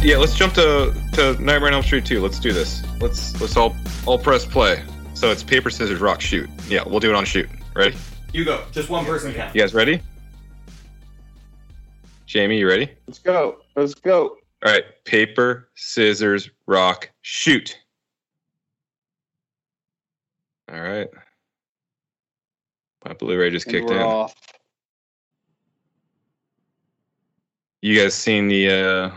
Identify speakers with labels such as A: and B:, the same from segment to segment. A: yeah, let's jump to, to Nightmare on Elm Street 2. Let's do this. Let's let's all all press play. So it's paper, scissors, rock, shoot. Yeah, we'll do it on shoot. Ready?
B: You go. Just one person count.
A: You guys ready? Jamie, you ready?
C: Let's go. Let's go.
A: All right. Paper, scissors, rock, shoot. All right. My Blu-ray just
C: And
A: kicked
C: we're
A: in.
C: off.
A: You guys seen the uh,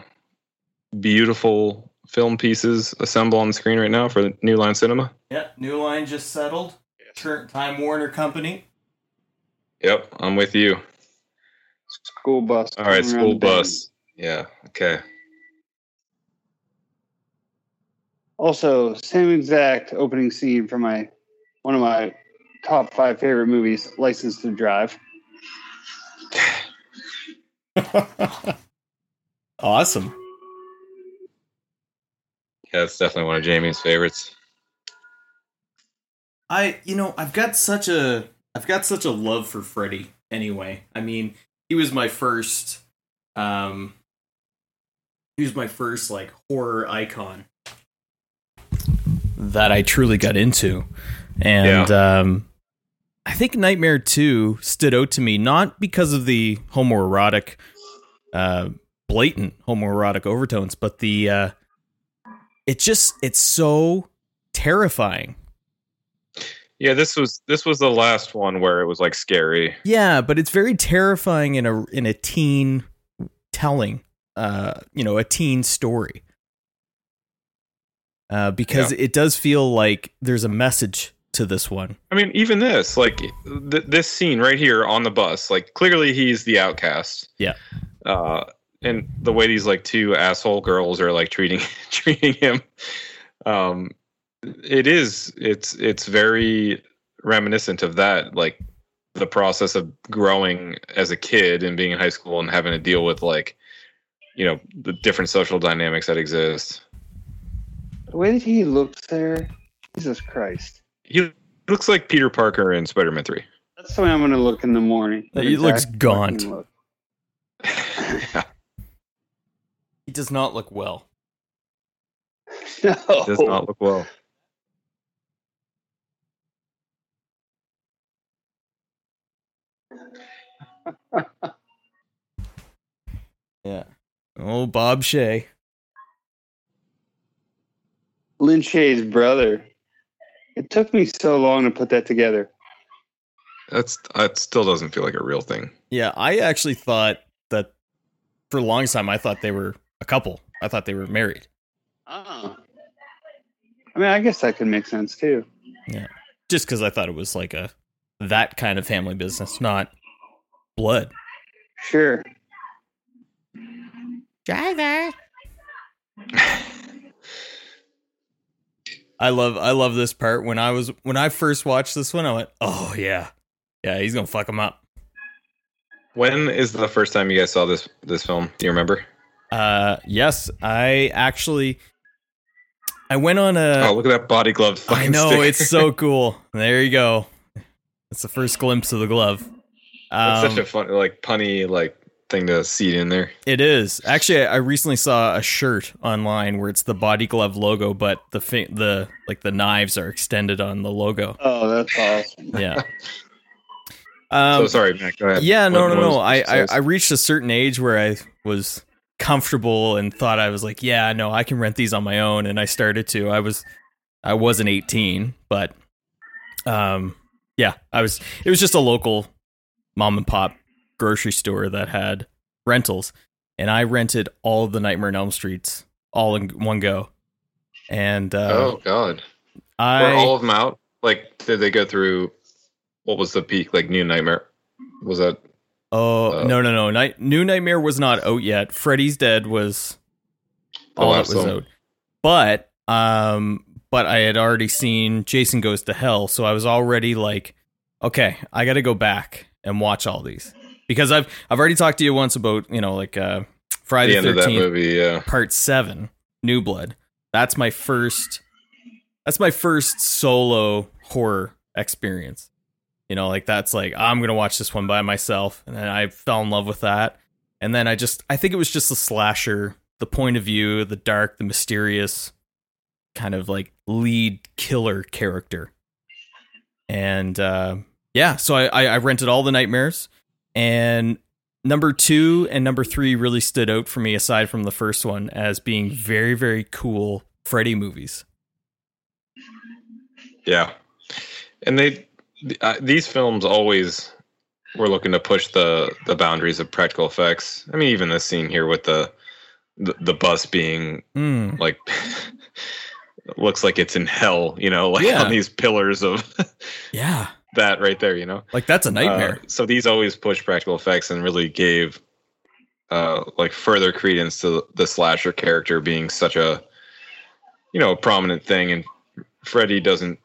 A: beautiful film pieces assemble on the screen right now for New Line Cinema?
B: Yep. New Line just settled. Turn Time Warner Company.
A: Yep, I'm with you.
C: School bus.
A: All right,
C: coming around
A: school
C: the bend.
A: bus. Yeah. Okay.
C: Also, same exact opening scene from my one of my top five favorite movies, License to Drive.
D: awesome.
A: Yeah, that's definitely one of Jamie's favorites.
D: I you know I've got such a I've got such a love for Freddy. Anyway, I mean he was my first. Um, he was my first like horror icon that I truly got into, and um, I think Nightmare Two stood out to me not because of the homoerotic, uh, blatant homoerotic overtones, but the uh, it just it's so terrifying.
A: Yeah, this was this was the last one where it was like scary.
D: Yeah, but it's very terrifying in a in a teen telling, uh, you know, a teen story. Uh, because it does feel like there's a message to this one.
A: I mean, even this, like th- this scene right here on the bus, like clearly he's the outcast.
D: Yeah.
A: Uh, and the way these like two asshole girls are like treating treating him, um, it is it's it's very reminiscent of that, like the process of growing as a kid and being in high school and having to deal with like, you know, the different social dynamics that exist.
C: The way that he looks there, Jesus Christ.
A: He looks like Peter Parker in Spider Man Three.
C: That's the way I'm going to look in the morning.
D: Uh, he looks
C: Exact
D: gaunt.
C: fucking look.
D: He does not look well.
C: No.
A: does not look well.
D: Yeah. Oh, Bob Shay.
C: Lin Shaye's brother. It took me so long to put that together.
A: That's that still doesn't feel like a real thing.
D: Yeah, I actually thought that for a long time I thought they were a couple. I thought they were married.
C: Oh. I mean, I guess that could make sense too.
D: Just because I thought it was like a that kind of family business, not blood.
C: Sure.
D: I love I love this part. When I was when I first watched this one, I went, "Oh yeah, yeah, he's gonna fuck him up."
A: When is the first time you guys saw this this film? Do you remember?
D: Uh, yes, I actually I went on
A: oh,
D: a.
A: look at that body glove.
D: Uh, I
A: fucking
D: know
A: sticker.
D: it's so cool. There you go. It's the first glimpse of the glove.
A: That's such
D: Um,
A: a fun, like punny, like thing to seed in there.
D: it is actually. I recently saw a shirt online where it's the body glove logo, but the fi- the like the knives are extended on the logo.
C: Oh, that's awesome.
D: Yeah. Um,
A: so sorry, Mac. Go ahead.
D: Yeah, no,
A: What-
D: no,
A: what
D: no. I,
A: was-
D: I, I reached a certain age where I was comfortable and thought I was like, yeah, no, I can rent these on my own, and I started to. I was, I wasn't eighteen, but, um, yeah, I was. It was just a local mom and pop grocery store that had rentals, and I rented all of the Nightmare on Elm Streets all in one go, and uh,
A: oh God,
D: I
A: were all of them out? Like, did they go through? What was the peak? Like New Nightmare? Was that?
D: Oh
A: Uh,
D: no no no! Night, New Nightmare was not out yet. Freddy's Dead was
A: The
D: all that
A: last
D: was
A: one.
D: out, but um, but I had already seen Jason Goes to Hell, so I was already like, okay, I got to go back and watch all these because I've I've already talked to you once about you know like uh, Friday
A: the end
D: the
A: of that
D: Thirteenth
A: movie, yeah.
D: Part Seven, New Blood. That's my first. That's my first solo horror experience. You know, like that's like I'm gonna watch this one by myself, and then I fell in love with that. And then I just, I think it was just a slasher the point of view, the dark, the mysterious kind of like lead killer character. And uh, yeah, so I, I, I rented all the nightmares, and number two and number three really stood out for me, aside from the first one, as being very, very cool Freddy movies.
A: Yeah, and they th- uh, these films always were looking to push the the boundaries of practical effects. I mean, even this scene here with the the, the bus being
D: Mm.
A: like looks like it's in hell, you know, like
D: Yeah.
A: on these pillars of
D: Yeah,
A: that right there, you know.
D: like that's a nightmare.
A: Uh, so these always push practical effects and really gave uh, like further credence to the slasher character being such a you know prominent thing. And Freddy doesn't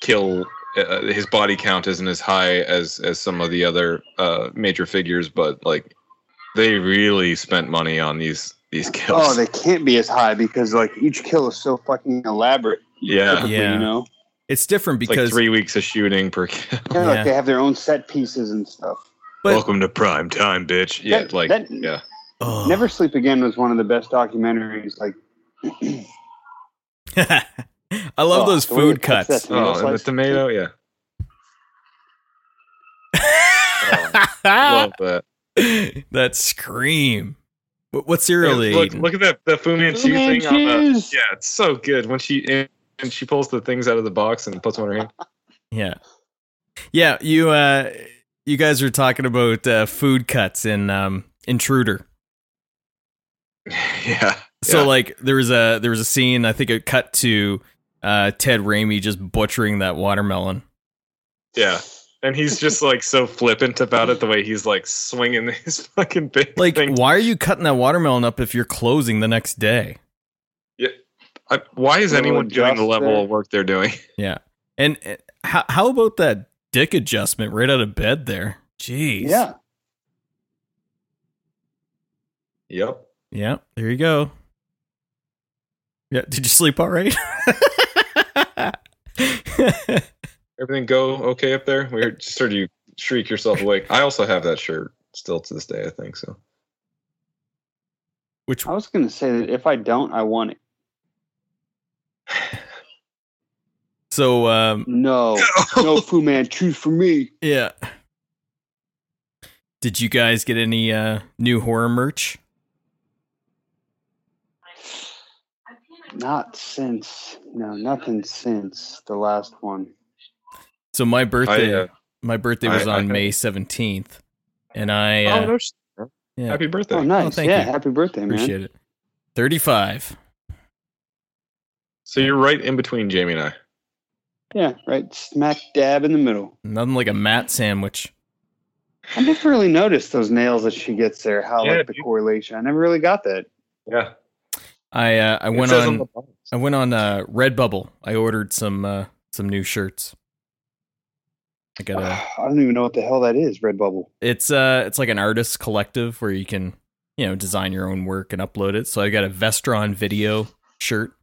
A: kill; uh, his body count isn't as high as as some of the other uh, major figures. But like they really spent money on these these kills.
C: Oh, they can't be as high because like each kill is so fucking elaborate.
A: yeah,
C: typically,
D: Yeah.
C: you know,
D: it's different
A: it's like
D: because
A: three weeks of shooting per. kill.
C: yeah,
D: Yeah.
C: like they have their own set pieces and stuff.
D: But-
A: Welcome to prime time, bitch. Yeah,
C: That-
A: like
C: that-
A: yeah.
D: Ugh.
C: Never Sleep Again was one of the best documentaries. Like,
D: I love
C: Oh,
D: those
C: the way they
D: food
C: cut
D: cuts.
C: that Tomato
A: Oh, and the
C: slice?
A: tomato, yeah.
D: Uh,
A: Love that.
D: that scream. What, what cereal they
A: look,
D: eating?
A: look at that the Fu Manchu
C: Fu
A: thing on the
C: Manchus!
A: Yeah, it's so good when she and she pulls the things out of the box and puts them in her hand.
D: Yeah, yeah. You uh, you guys were talking about uh, food cuts in um, Intruder.
A: yeah.
D: So
A: yeah.
D: like there was a there was a scene. I think it cut to uh, Ted Raimi just butchering that watermelon.
A: yeah. And he's just like so flippant about it the way he's like swinging his fucking big
D: Like,
A: thing.
D: why are you cutting that watermelon up if you're closing the next day?
A: I, why is
C: Little
A: anyone doing the
C: adjust
A: level
C: there.
A: of work they're doing?
D: And uh, how how about that dick adjustment right out of bed there? Jeez.
C: yeah,
A: Yep.
D: Yeah, there you go. Yeah, did you sleep all right?
A: Everything go okay up there? We just heard you shriek yourself awake. I also have that shirt still to this day, I think so.
D: Which
C: I was gonna say that if I don't, I want it.
D: so um
C: No, no
A: Oh,
C: Fu Manchu for me.
D: yeah. Did you guys get any uh new horror merch?
C: Not since no, nothing since the last one.
D: So my birthday
A: I, uh,
D: my birthday
A: I-
D: was
A: I
D: on
A: have-
D: May 17th and I uh,
A: Oh, no. sh-
D: yeah,
A: Happy birthday.
C: Oh, nice!
D: thank
C: yeah,
D: you.
C: happy birthday, man.
D: appreciate it. 35.
A: So you're right in between Jamie and I.
C: Yeah, right smack dab in the middle.
D: Nothing like a mat sandwich.
C: I never really noticed those nails that she gets there. How
A: Yeah,
C: like the
A: dude.
C: correlation? I never really got that.
A: Yeah.
D: I uh, I
A: It
D: went
A: says
D: on
A: the box.
D: I went on uh, Redbubble. I ordered some uh, some new shirts. I got a.
C: I don't even know what the hell that is. Redbubble.
D: It's uh, it's like an artist collective where you can, you know, design your own work and upload it. So I got a Vestron video shirt,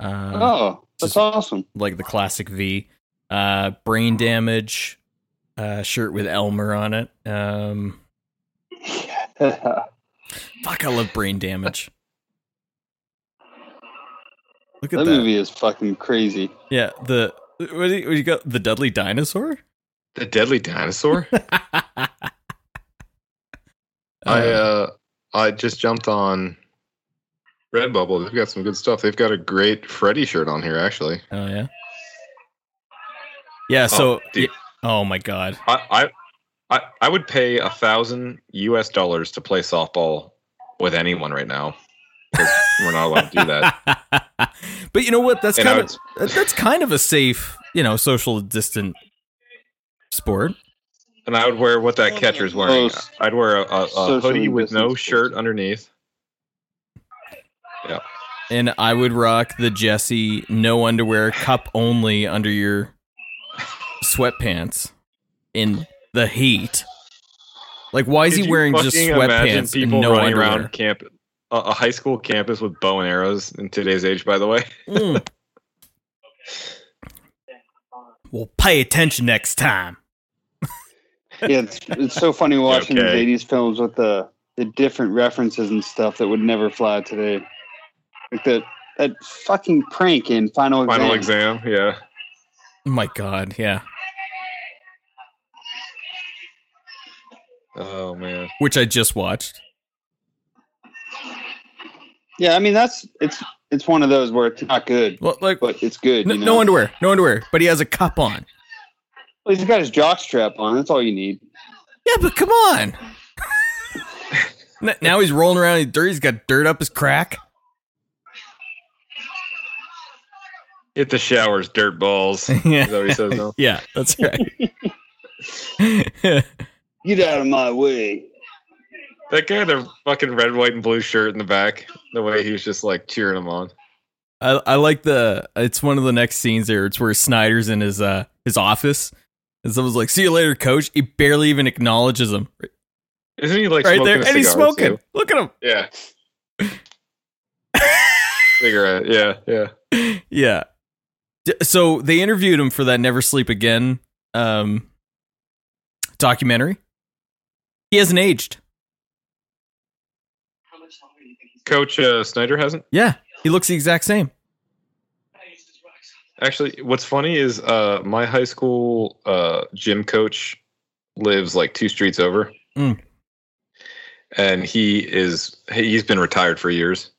D: um,
C: oh, that's
D: just-
C: awesome.
D: like the classic V. Uh, brain damage uh, shirt with Elmer on it. Um,
C: Let
D: fuck, I love brain damage. Look at
C: that
D: that.
C: movie is fucking crazy.
D: Yeah, the what do you, what do you got? The Dudley Dinosaur.
A: The Deadly Dinosaur? Oh, I
D: Uh,
A: uh I just jumped on Redbubble. They've got some good stuff. They've got a great Freddy shirt on here actually.
D: Oh yeah. Yeah. So. y- Oh,
A: dude.
D: my god.
A: I I I, I would pay a thousand US dollars to play softball with anyone right now. 'Cause we're not allowed to do that.
D: but you know what? That's
A: And I
D: kind of that- that's kind of a safe, you know, social distant sport.
A: And I would wear what that catcher's wearing.
C: Close.
A: I'd wear a, a, a
C: Socially
A: hoodie with no
C: distanced.
A: shirt underneath.
D: And I would rock the Jesse no underwear cup only under your sweatpants in the heat. Like, why is
A: Could
D: he
A: you
D: wearing just
A: fucking imagine
D: sweatpants and
A: People
D: no
A: running
D: underwear?
A: around camp, a, a high school campus with bow and arrows in today's age. By the way,
D: Mm. Well, pay attention next time.
C: Yeah, it's, it's so funny watching
A: Okay.
C: these 80s films with the the different references and stuff that would never fly today. Like that that fucking prank in Final,
A: Final
C: Exam.
A: exam, yeah.
D: My God, yeah.
A: Oh man.
D: Which I just watched.
C: Yeah, I mean that's it's it's one of those where it's not good,
D: Well, like
C: but it's good.
D: no,
C: you know?
D: no underwear, no underwear, but he has a cup on.
C: Well, he's got his jock strap on. That's all you need.
D: Yeah, but come on. N- now he's rolling around in dirt. He's got dirt up his crack.
A: Hit the showers, dirt balls. Is that
D: yeah,
A: what he says now?
D: yeah, that's right.
C: Get out of my way.
A: That guy in the fucking red, white, and blue shirt in the back, the way he was just like cheering him on.
D: I, I like the it's one of the next scenes there. It's where Snyder's in his uh his office, and someone's like, "See you later, coach." He barely even acknowledges him right
A: Isn't he like smoking
D: there,
A: a
D: and he's
A: cigar,
D: smoking.
A: too?
D: Look at him.
A: Yeah. Cigarette. Yeah, yeah.
D: Yeah. D- So they interviewed him for that "Never Sleep Again" um documentary. He hasn't aged.
A: Coach uh, Snyder hasn't.
D: Yeah, he looks the exact same.
A: Actually, what's funny is uh, my high school uh, gym coach lives like two streets over,
D: Mm.
A: and he is he's been retired for years.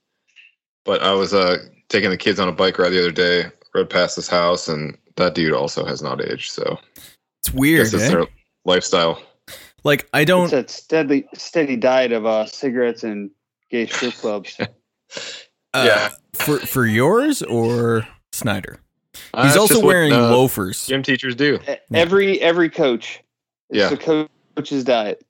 A: But I was uh, taking the kids on a bike ride the other day, rode past his house, and that dude also has not aged. So
D: It's
A: I
D: weird.
A: guess it's
D: eh?
A: their lifestyle.
D: Like I
C: It's
D: don't.
C: that steady steady diet of uh, cigarettes and gay strip clubs.
D: Uh,
A: yeah.
D: For for yours or Snyder,
A: Uh,
D: he's
A: it's
D: also
A: just what,
D: wearing
A: uh,
D: loafers.
A: Gym teachers do.
C: E- every every coach. It's
A: Yeah.
C: the co- coach's diet.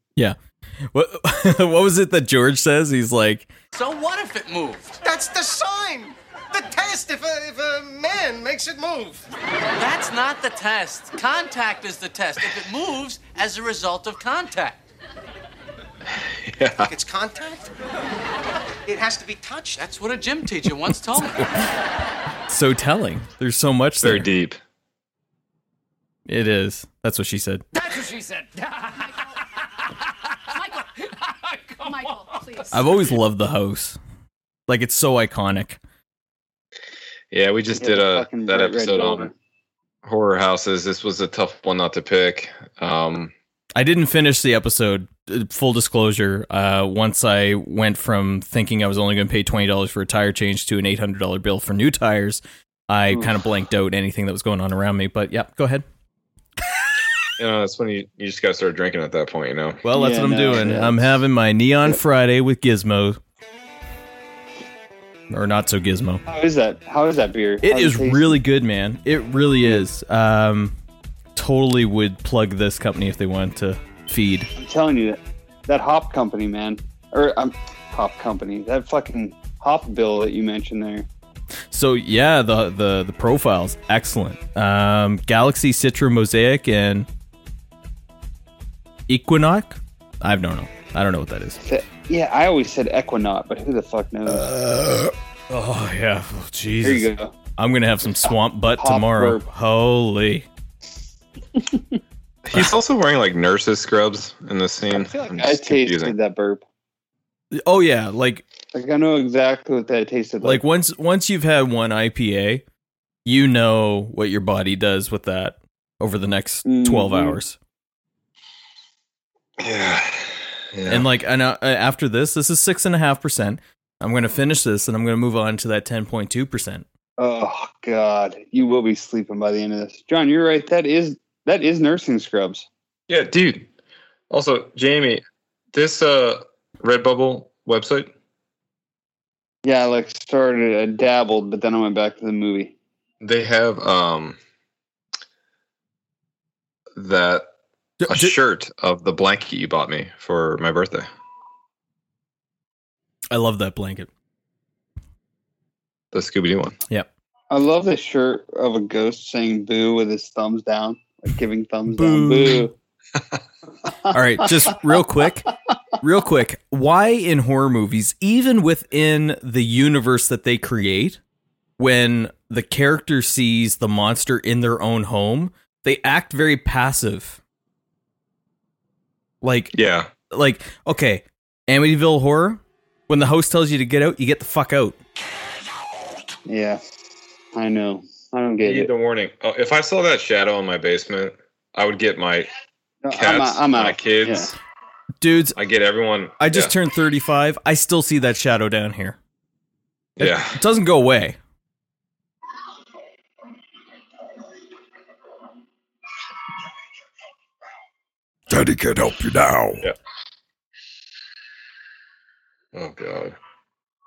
D: What what was it that George says? He's like,
E: So what if it moved?
F: That's the sign. The test if a, if a man makes it move.
E: That's not the test. Contact is the test. If it moves as a result of contact.
A: Yeah.
F: It's contact. It has to be touched.
E: That's what a gym teacher once told me.
D: so telling. There's so much
A: Very
D: there.
A: deep.
D: It is. That's what she said.
G: That's what she said.
H: Michael. Michael, please.
D: I've always loved the house. Like it's so iconic.
A: Yeah, we just
C: Yeah,
A: did
C: the
A: a
C: fucking
A: that
C: bright red
A: episode on
C: velvet.
A: horror houses. This was a tough one not to pick. Um,
D: I didn't finish the episode. uh, Full disclosure. Uh, once I went from thinking I was only going to pay twenty dollars for a tire change to an eight hundred dollar bill for new tires, I
C: Oof.
D: kind of blanked out anything that was going on around me. But yeah, go ahead.
A: you know, that's when you, you just gotta start drinking at that point, you know.
D: Well, that's
C: Yeah,
D: what I'm
C: no,
D: doing.
C: yeah.
D: I'm having my Neon Friday with Gizmo, or not so Gizmo.
C: How is that? How is that beer?
D: It
C: How's
D: is
C: taste?
D: really good, man. It really is. Um, totally would plug this company if they wanted to feed.
C: I'm telling you that that hop company, man, or um, hop company, that fucking hop bill that you mentioned there.
D: So yeah, the the the profiles excellent. Um, Galaxy Citra Mosaic and Equinox. I've no no. I don't know what that is.
C: That- yeah, I always said Equinaut, but who the fuck knows?
D: Uh, Oh yeah, oh,
C: Here
D: Jesus.
C: you go.
D: I'm gonna have some swamp butt
C: Pop
D: tomorrow.
C: burp.
D: Holy.
A: He's also wearing like nurses scrubs in this scene.
C: I feel like
A: I'm
C: I
A: just confusing.
C: tasted that burp.
D: Oh yeah, like
C: Like I know exactly what that tasted
D: like
C: like.
D: once once you've had one IPA, you know what your body does with that over the next twelve
C: Mhm.
D: hours.
A: Yeah. yeah.
D: And like, and uh, after this, this is six and a half percent. I'm gonna finish this, and I'm gonna move on to that ten point two percent.
C: oh god, you will be sleeping by the end of this. John, you're right. That is that is nursing scrubs.
A: yeah, dude. Also, Jamie, this uh Redbubble website,
C: Yeah, I like started, I dabbled, but then I went back to the movie.
A: they have um that a shirt of the blanket you bought me for my birthday.
D: I love that blanket.
A: The Scooby Doo one.
C: I love the shirt of a ghost saying "boo" with his thumbs down, like giving thumbs down.
D: Boo.
C: Boo.
D: All right, just real quick, real quick. Why in horror movies, even within the universe that they create, when the character sees the monster in their own home, they act very passive. Like
A: Yeah.
D: like okay Amityville Horror, when the host tells you to get out, you get the fuck out.
C: Yeah, I know. I don't
A: You
C: get
A: Need
C: it.
A: the warning. Oh, if I saw that shadow in my basement, I would get my
C: No,
A: cats,
C: I'm out. I'm
A: my
C: out.
A: kids.
D: Dudes,
A: I get everyone.
D: I just
A: yeah,
D: turned 35. I still see that shadow down here.
A: yeah.
D: It doesn't go away.
G: Daddy can't help you now.
A: Oh god.
C: Yeah.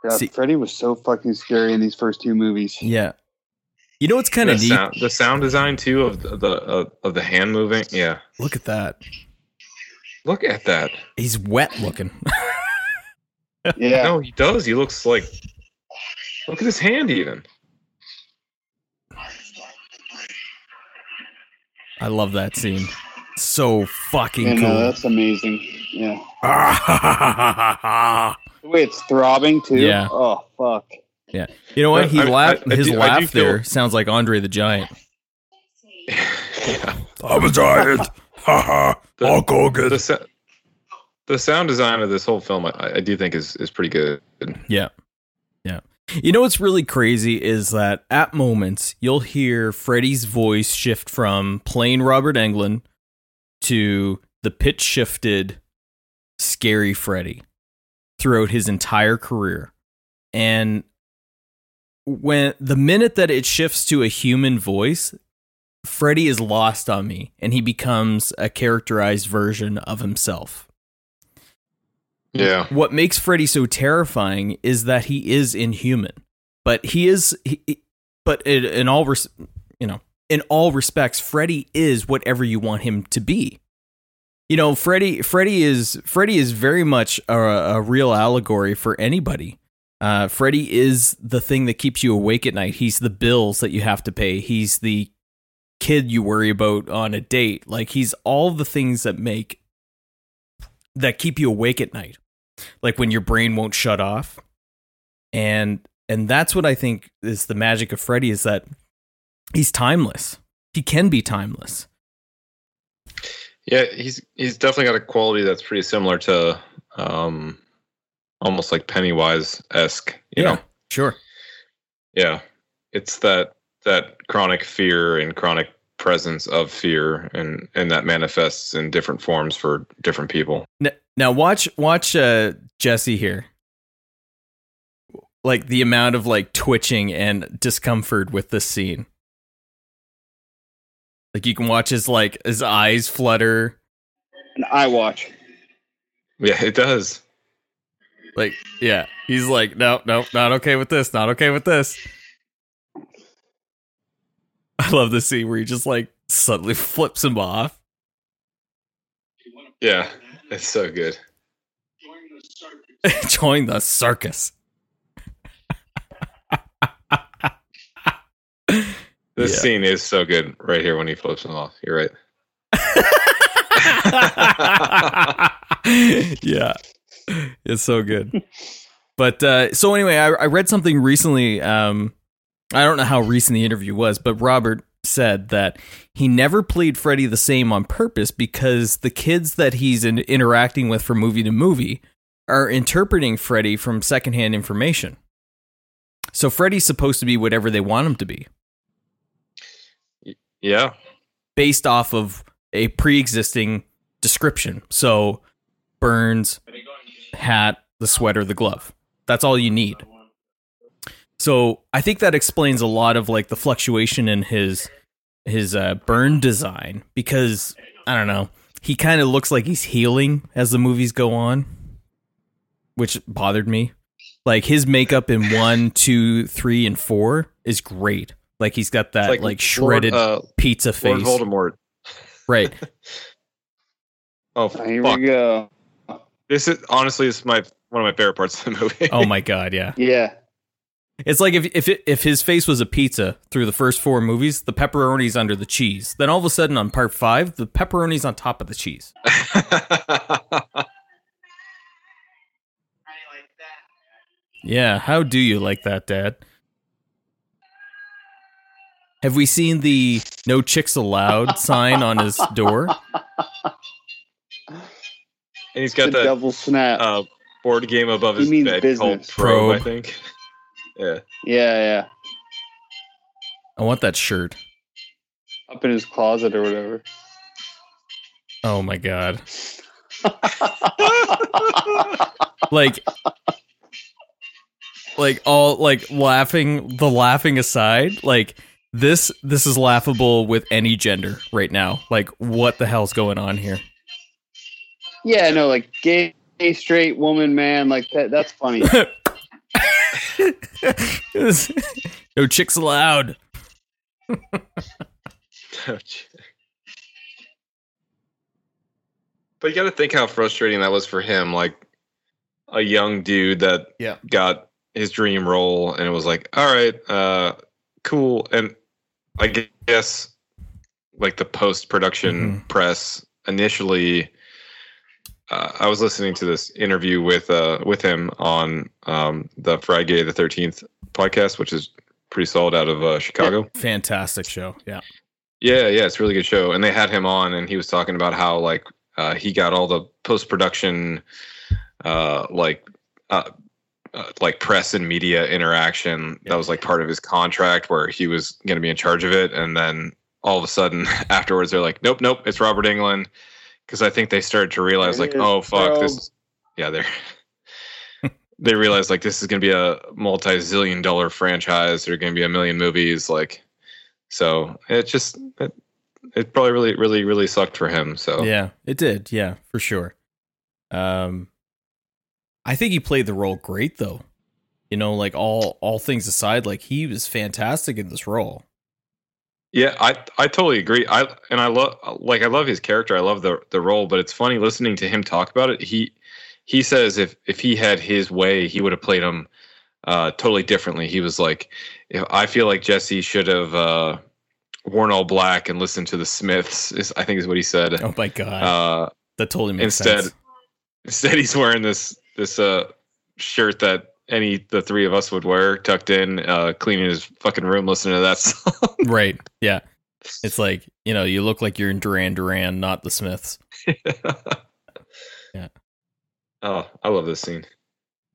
C: God,
D: See-
C: Freddy was so fucking scary in these first two movies.
D: Yeah. You know what's kind
A: The
D: of neat?
A: sound, the sound design too of the, the uh, of the hand moving. Yeah.
D: Look at that.
A: Look at that.
D: He's wet looking.
C: Yeah,
A: No, he does. He looks like. Look at his hand, even.
D: I love that scene. So fucking
C: yeah,
D: cool.
C: no, that's amazing. Yeah,
G: Ah,
C: the way it's throbbing too.
D: Yeah.
C: Oh fuck.
D: you know what? He
A: I- I-
D: laugh.
A: I
D: his
A: do- I do
D: laugh
A: feel-
D: there sounds like Andre the Giant.
A: yeah.
G: I'm a giant. Ha ha.
A: The-
G: Hulk Hogan.
A: The, sa- the sound design of this whole film, I, I do think, is is pretty good.
D: Yeah. Yeah. You know what's really crazy is that at moments you'll hear Freddie's voice shift from plain Robert Englund to the pitch shifted scary Freddy throughout his entire career. And when the minute that it shifts to a human voice, Freddy is lost on me and he becomes a characterized version of himself
A: Yeah.
D: what makes Freddy so terrifying is that he is inhuman, but he is, he, he- but in, in all, res, you know, in all respects, Freddy is whatever you want him to be. You know, Freddy, Freddy is Freddy is very much a, a real allegory for anybody. Uh, Freddy is the thing that keeps you awake at night. He's the bills that you have to pay. He's the kid you worry about on a date. Like he's all the things that make that keep you awake at night like when your brain won't shut off and and that's what i think is the magic of freddy is that he's timeless he can be timeless
A: Yeah, he's he's definitely got a quality that's pretty similar to um almost like Pennywise esque. You know?
D: sure
A: Yeah. It's that that chronic fear and chronic presence of fear and and that manifests in different forms for different people.
D: now, now watch watch uh jesse here like the amount of like twitching and discomfort with this scene like you can watch his like his eyes flutter
C: An eye watch.
A: Yeah, it does.
D: like yeah he's like no no not okay with this not okay with this i love the scene where he just like suddenly flips him off
A: Yeah. It's so good.
D: join the circus
A: This
D: Yeah.
A: scene is so good right here when he flips him off. You're right.
D: yeah it's so good but uh so anyway i, I read something recently um i don't know how recent the interview was but robert said that he never played freddy the same on purpose because the kids that he's in, interacting with from movie to movie are interpreting freddy from secondhand information so freddy's supposed to be whatever they want him to be
A: Yeah.
D: based off of a pre-existing description. So Burns hat, the sweater, the glove. That's all you need. So I think that explains a lot of like the fluctuation in his his uh, burn design because I don't know he kind of looks like he's healing as the movies go on, which bothered me. Like his makeup in one, two, three, and four is great. Like he's got that like, shredded
A: Lord, uh,
D: pizza face.
A: Lord Voldemort.
D: Right.
A: Oh
C: Oh, here
A: fuck.
C: we go.
A: This is honestly this is my one of my favorite parts of the movie.
D: Oh my god, yeah.
C: Yeah.
D: It's like if if it, if his face was a pizza through the first four movies, the pepperoni's under the cheese. Then all of a sudden on part 5, the pepperoni's on top of the cheese. Yeah, how do you like that, dad? Have we seen the no chicks allowed sign on his door?
A: and he's
C: The
A: got that
C: double snap.
A: uh, board game above
C: He
A: his
C: means
A: bed called
C: business.
A: Probe,
D: Probe.
A: I think. yeah.
C: Yeah,
D: I want that shirt.
C: yeah. Up in his closet or whatever.
D: Oh my god. like like all like laughing the laughing aside, like this this is laughable with any gender right now. Like what the hell's going on here?
C: yeah, no, like gay, straight, woman, man, like that. That's funny.
D: no chicks allowed.
A: but you got to think how frustrating that was for him. Like a young dude that
D: Yeah.
A: got his dream role, and it was like, all right, uh, cool. And I gu- guess like the post production press initially. Uh, I was listening to this interview with uh, with him on um, the Friday the Thirteenth podcast, which is pretty solid out of uh, Chicago.
D: Fantastic show. Yeah.
A: Yeah, yeah, it's a really good show. And they had him on, and he was talking about how like uh, he got all the post production, uh, like, uh, uh, like press and media interaction that was like part of his contract, where he was going to be in charge of it. And then all of a sudden, afterwards, they're like, "Nope, nope, it's Robert England," because I think they started to realize
C: There
A: like,
C: it is,
A: "Oh fuck,
C: Gerald.
A: this." Is, yeah, they're. they realized like this is going to be a multi-zillion dollar franchise. There are going to be a million movies. Like so it just it, it probably really really really sucked for him. So
D: Yeah, it did. Yeah, for sure. Um, I think he played the role great though. You know, like all all things aside, like he was fantastic in this role.
A: yeah, I I totally agree. I and I love like I love his character. I love the the role, but it's funny listening to him talk about it. He he says if if he had his way, he would have played him uh, totally differently. He was like, if I feel like Jesse should have uh, worn all black and listened to the Smiths. Is I think is what he said.
D: Oh my god,
A: Uh,
D: that totally makes
A: instead-
D: sense.
A: Instead, he's wearing this this uh shirt that any the three of us would wear, tucked in, uh, cleaning his fucking room, listening to that song.
D: Right? Yeah. It's like you know, you look like you're in Duran Duran, not the Smiths. Yeah.
A: Oh, I love this scene.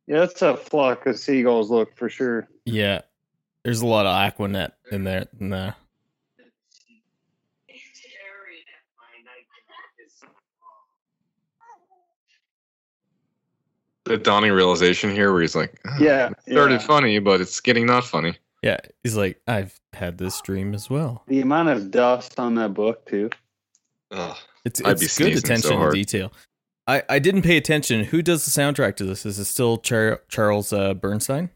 C: yeah, that's a flock of seagulls look for sure.
D: Yeah. There's a lot of Aquanet in there. Nah.
A: The dawning realization here, where he's like, "Ah,
C: Yeah,
A: it started
C: yeah.
A: funny, but it's getting not funny.
D: Yeah. He's like, I've had this dream as well.
C: The amount of dust on that book too.
A: Ugh.
D: It's,
A: I'd be
D: it's good
A: sneezing so
D: attention to
A: hard.
D: detail. I, I didn't pay attention. Who does the soundtrack to this? Is it still Char- Charles uh, Bernstein?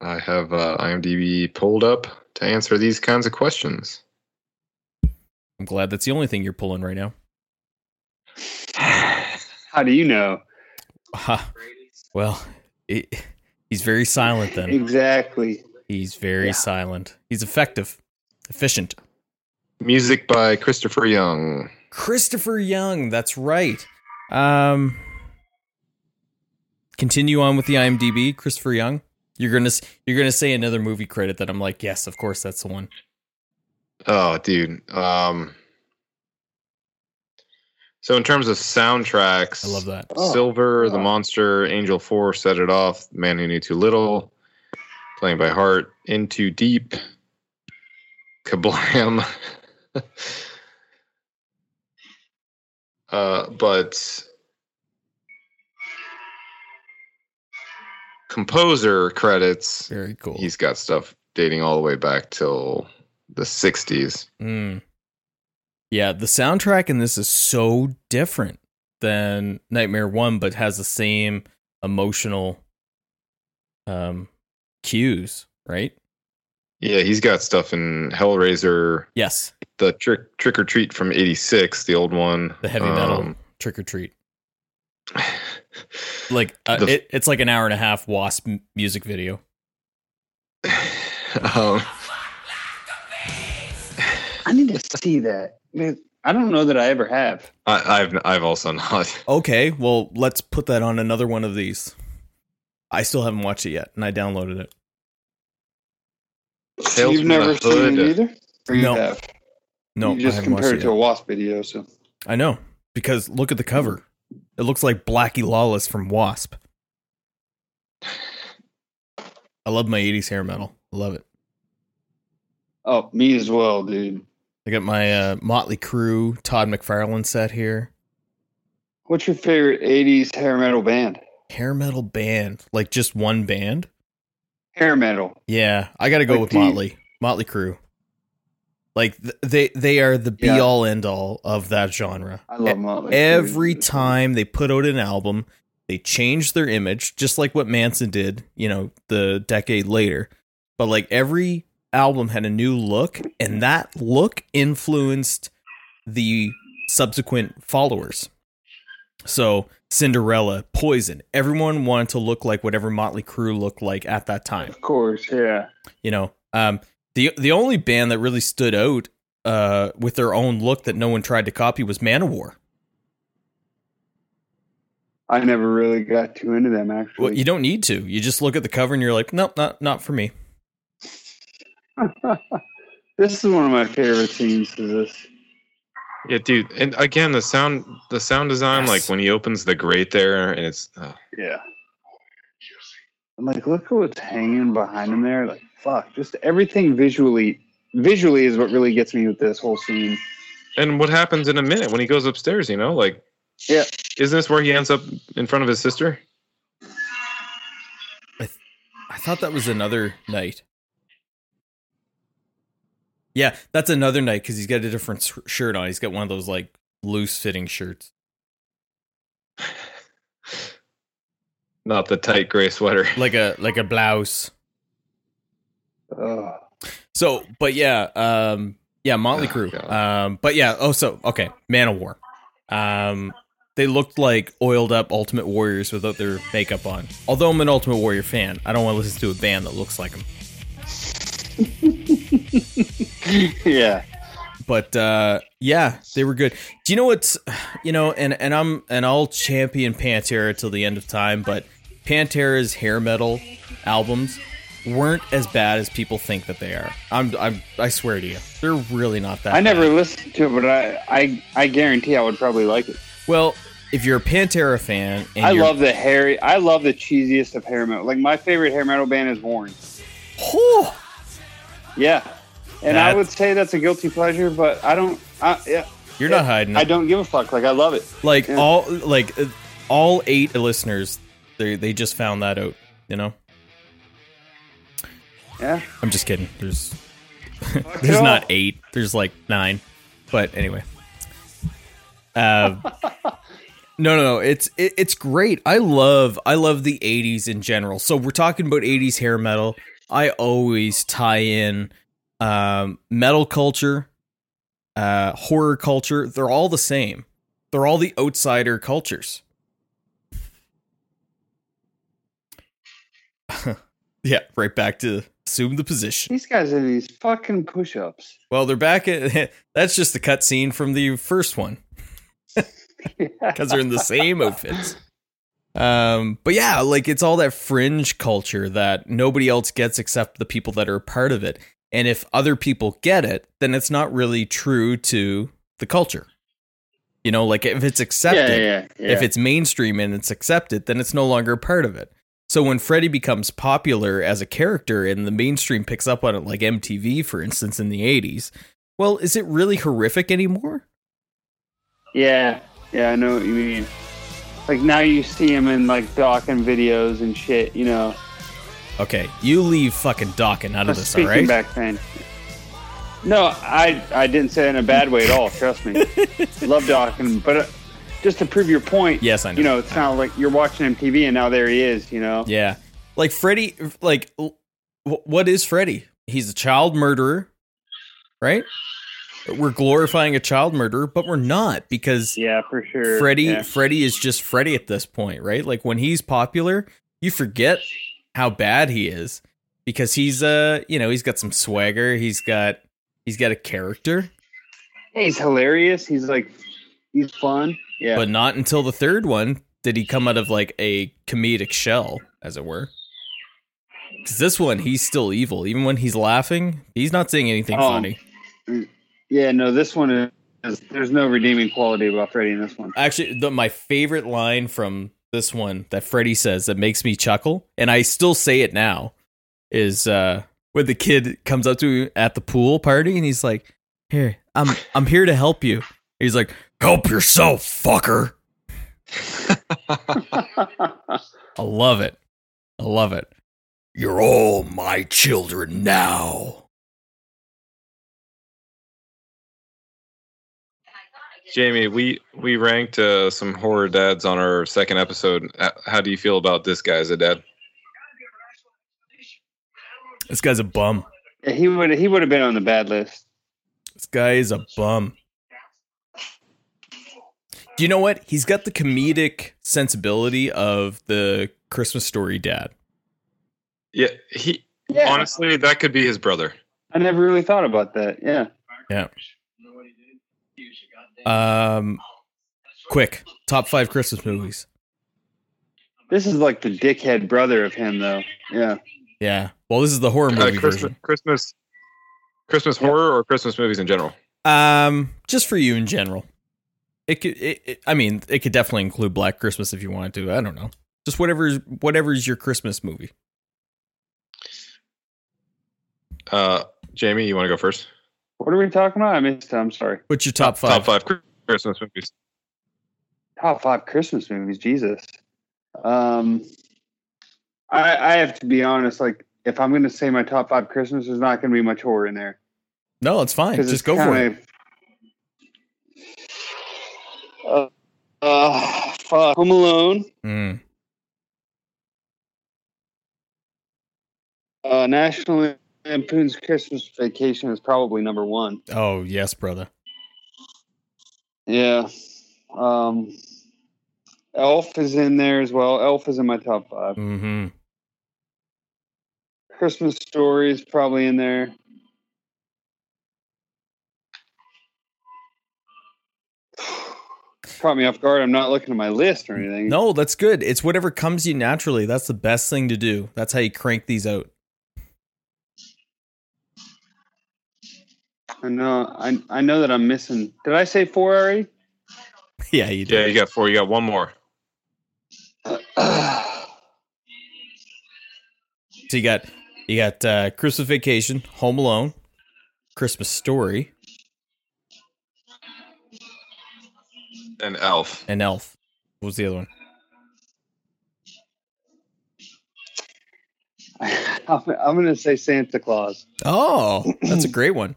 A: I have uh, IMDb pulled up to answer these kinds of questions.
D: I'm glad that's the only thing you're pulling right now.
C: How do you know?
D: Ha. well, it, he's very silent then.
C: Exactly.
D: He's very
C: Yeah.
D: silent. He's effective, efficient.
A: Music by Christopher Young.
D: Christopher Young, that's right. Um, continue on with the IMDb, Christopher Young. You're gonna s- you're gonna say another movie credit that I'm like, yes, of course, that's the one.
A: Oh, dude. Um, so in terms of soundtracks,
D: I love that.
C: Oh.
A: Silver, The
C: Oh.
A: Monster, Angel Four, Set It Off, Man Who Knew Too Little, Playing by Heart, Into Deep, Kablam. uh, but composer credits,
D: Very cool.
A: he's got stuff dating all the way back till the '60s.
D: Mm. Yeah, the soundtrack in this is so different than Nightmare One, but has the same emotional um cues, right?
A: Yeah, he's got stuff in Hellraiser.
D: Yes,
A: the trick trick or treat from 86 the old one
D: the heavy metal
A: Um,
D: trick or treat. Like uh,
A: The-
D: it, it's like an hour and a half Wasp m- music video.
A: um,
C: I need to see that. Man, I don't know that I ever have.
A: I, i've i've also not
D: Okay, well, let's put that on another one of these. I still haven't watched it yet, and I downloaded it.
A: Tales
C: You've
A: from the
C: never
A: Hood.
C: seen it either? Or you
D: No,
C: have?
D: No, I
C: you just
D: haven't watched
C: compared
D: it
C: to a
D: yet.
C: wasp video, so
D: I know because look at the cover. It looks like Blackie Lawless from Wasp. I love my 80s hair metal. I love it.
C: Oh, me as well, dude.
D: I got my uh, Motley Crue Todd McFarlane set here.
C: What's your favorite '80s hair metal band?
D: Hair metal band, like just one band.
C: Hair metal.
D: Yeah, I got to go
C: Like
D: with
C: the-
D: Motley. Motley Crue. Like th- they they are the be
C: Yeah.
D: all end all of that genre.
C: I love Motley. Crue.
D: E- Every time they put out an album, they change their image, just like what Manson did, you know, the decade later. But like every album had a new look, and that look influenced the subsequent followers. So Cinderella, Poison, everyone wanted to look like whatever Motley Crue looked like at that time
C: of course, yeah.
D: you know um the the only band that really stood out uh with their own look that no one tried to copy was Manowar.
C: I never really got too into them actually.
D: Well, you don't need to. You just look at the cover and you're like, nope, not not for me.
C: this is one of my favorite scenes. Is this?
A: Yeah, dude. And again, the sound, the sound design,
D: Yes.
A: like when he opens the grate there, and it's uh,
C: Yeah. I'm like, look at what's hanging behind him there. Like, fuck, just everything visually. Visually is what really gets me with this whole scene.
A: and what happens in a minute when he goes upstairs? You know, like
C: Yeah.
A: isn't this where he ends up in front of his sister?
D: I thought that was another night. Yeah, that's another night because he's got a different s- shirt on. He's got one of those like loose fitting shirts.
A: Not the tight gray sweater.
D: Like a like a blouse.
C: Ugh.
D: So, but yeah, um, yeah, Motley
A: Oh,
D: Crue.
A: God.
D: Um, but yeah, oh, so okay, Man of War. Um, they looked like oiled up Ultimate Warriors without their makeup on. Although I'm an Ultimate Warrior fan, I don't want to listen to a band that looks like them.
C: yeah.
D: But uh, yeah, they were good. Do you know what's, you know, and and I'm and I'll champion Pantera till the end of time. But Pantera's hair metal albums weren't as bad as people think that they are. I'm, I'm I swear to you, they're really not that.
C: I
D: bad.
C: never listened to it, but I, I, I guarantee I would probably like it.
D: Well, if you're a Pantera fan, and
C: I
D: you're-
C: love the hairy. I love the cheesiest of hair metal. Like my favorite hair metal band is Warren.
D: Whew!
C: Yeah, and I
D: That's-
C: would say that's a guilty pleasure, but I don't. I, yeah,
D: You're not hiding.
C: I
D: it.
C: don't give a fuck. Like I love it.
D: like
C: yeah.
D: all like uh, all eight listeners. They they just found that out. You know.
C: Yeah.
D: I'm just kidding. There's there's
C: it
D: not
C: all.
D: eight. There's like nine. But anyway. Uh, no, no, no. It's it, it's great. I love I love the 80s in general. So we're talking about 80s hair metal. I always tie in um, metal culture, uh, horror culture. They're all the same. They're all the outsider cultures. yeah, right back to assume the position.
C: These guys are these fucking push-ups.
D: Well, they're back at. That's just the cutscene from the first one because they're in the same outfits. Um, but yeah, like it's all that fringe culture that nobody else gets except the people that are a part of it. And if other people get it, then it's not really true to the culture. You know, like if it's accepted,
C: Yeah, yeah, yeah.
D: if it's mainstream and it's accepted, then it's no longer a part of it. So when Freddy becomes popular as a character and the mainstream picks up on it, like MTV, for instance, in the 80s, well, is it really horrific anymore?
C: yeah, yeah, I know what you mean. Like now you see him in like docking videos and shit. You know,
D: Okay, you leave fucking Dawkins out
C: a
D: of this, all
C: speaking
D: right?
C: back thing. No, I I didn't say it in a bad way at all. Trust me, love docking, but uh, just to prove your point.
D: Yes, I know.
C: You know, it's not like you're watching MTV and now there he is. You know.
D: Yeah. Like Freddy, like, w- what is Freddy? He's a child murderer, right? We're glorifying a child murderer, but we're not because
C: Yeah, for sure.
D: Freddy
C: Yeah.
D: Freddy is just Freddy at this point, right? Like when he's popular, you forget how bad he is because he's uh, you know, he's got some swagger, he's got he's got a character,
C: He's hilarious. He's like, he's fun. Yeah.
D: but not until the third one did he come out of like a comedic shell, as it were. Cuz this one he's still evil. Even when he's laughing, he's not saying anything
C: Oh.
D: funny.
C: yeah, no, this one There's, there's no redeeming quality about Freddy in this one.
D: Actually, the, my favorite line from this one that Freddy says that makes me chuckle, and I still say it now, is uh, when the kid comes up to you at the pool party and he's like, "Here, I'm I'm here to help you." He's like,
G: Help yourself, fucker.
D: "I love it, I love it."
G: You're all my children now.
A: Jamie, we we ranked uh, some horror dads on our second episode. H- How do you feel about this guy as a dad?
D: This guy's a bum.
C: Yeah, he would he would have been on the bad list.
D: This guy is a bum. Do you know what? He's got the comedic sensibility of the Christmas story dad.
A: Yeah, he
C: Yeah,
A: honestly that could be his brother.
C: I never really thought about that. Yeah,
D: Yeah. Um, quick top five Christmas movies.
C: this is like the dickhead brother of him, though. Yeah,
D: Yeah. Well, this is the horror
A: Uh,
D: movie
A: Christmas,
D: version.
A: Christmas, Christmas horror or Christmas movies in general.
D: Um, just for you in general. It could. It, it, I mean, it could definitely include Black Christmas if you wanted to. I don't know. Just whatever's whatever's your Christmas movie.
A: Uh, Jamie, you want to go first?
C: what are we talking about? I missed. it. I'm sorry.
D: What's your top five?
A: Top five Chris- Christmas movies.
C: Top five Christmas movies. Jesus. Um, I I have to be honest. Like, if I'm going to say my top five Christmas, there's not going to be much horror in there.
D: No, it's fine.
C: 'Cause
D: Just
C: it's
D: go for it.
C: kinda- Uh, uh, fuck. Home Alone,
D: Mm.
C: uh, National Lampoon's Christmas Vacation is probably number one.
D: Oh yes, brother.
C: Yeah. Um, Elf is in there as well. Elf is in my top five.
D: Mm-hmm.
C: Christmas Story is probably in there. Caught me off guard. I'm not looking at my list or anything.
D: No, that's good. It's whatever comes to you naturally. That's the best thing to do. That's how you crank these out.
C: I know. I I know that I'm missing. Did I say four already?
D: yeah, you
A: Yeah,
D: did.
A: you got four. You got one more.
D: So you got you got uh, Christmas Vacation, Home Alone, Christmas Story,
A: And Elf.
D: and Elf. What was the other one?
C: I'm, I'm gonna say Santa Claus.
D: Oh, that's a great one.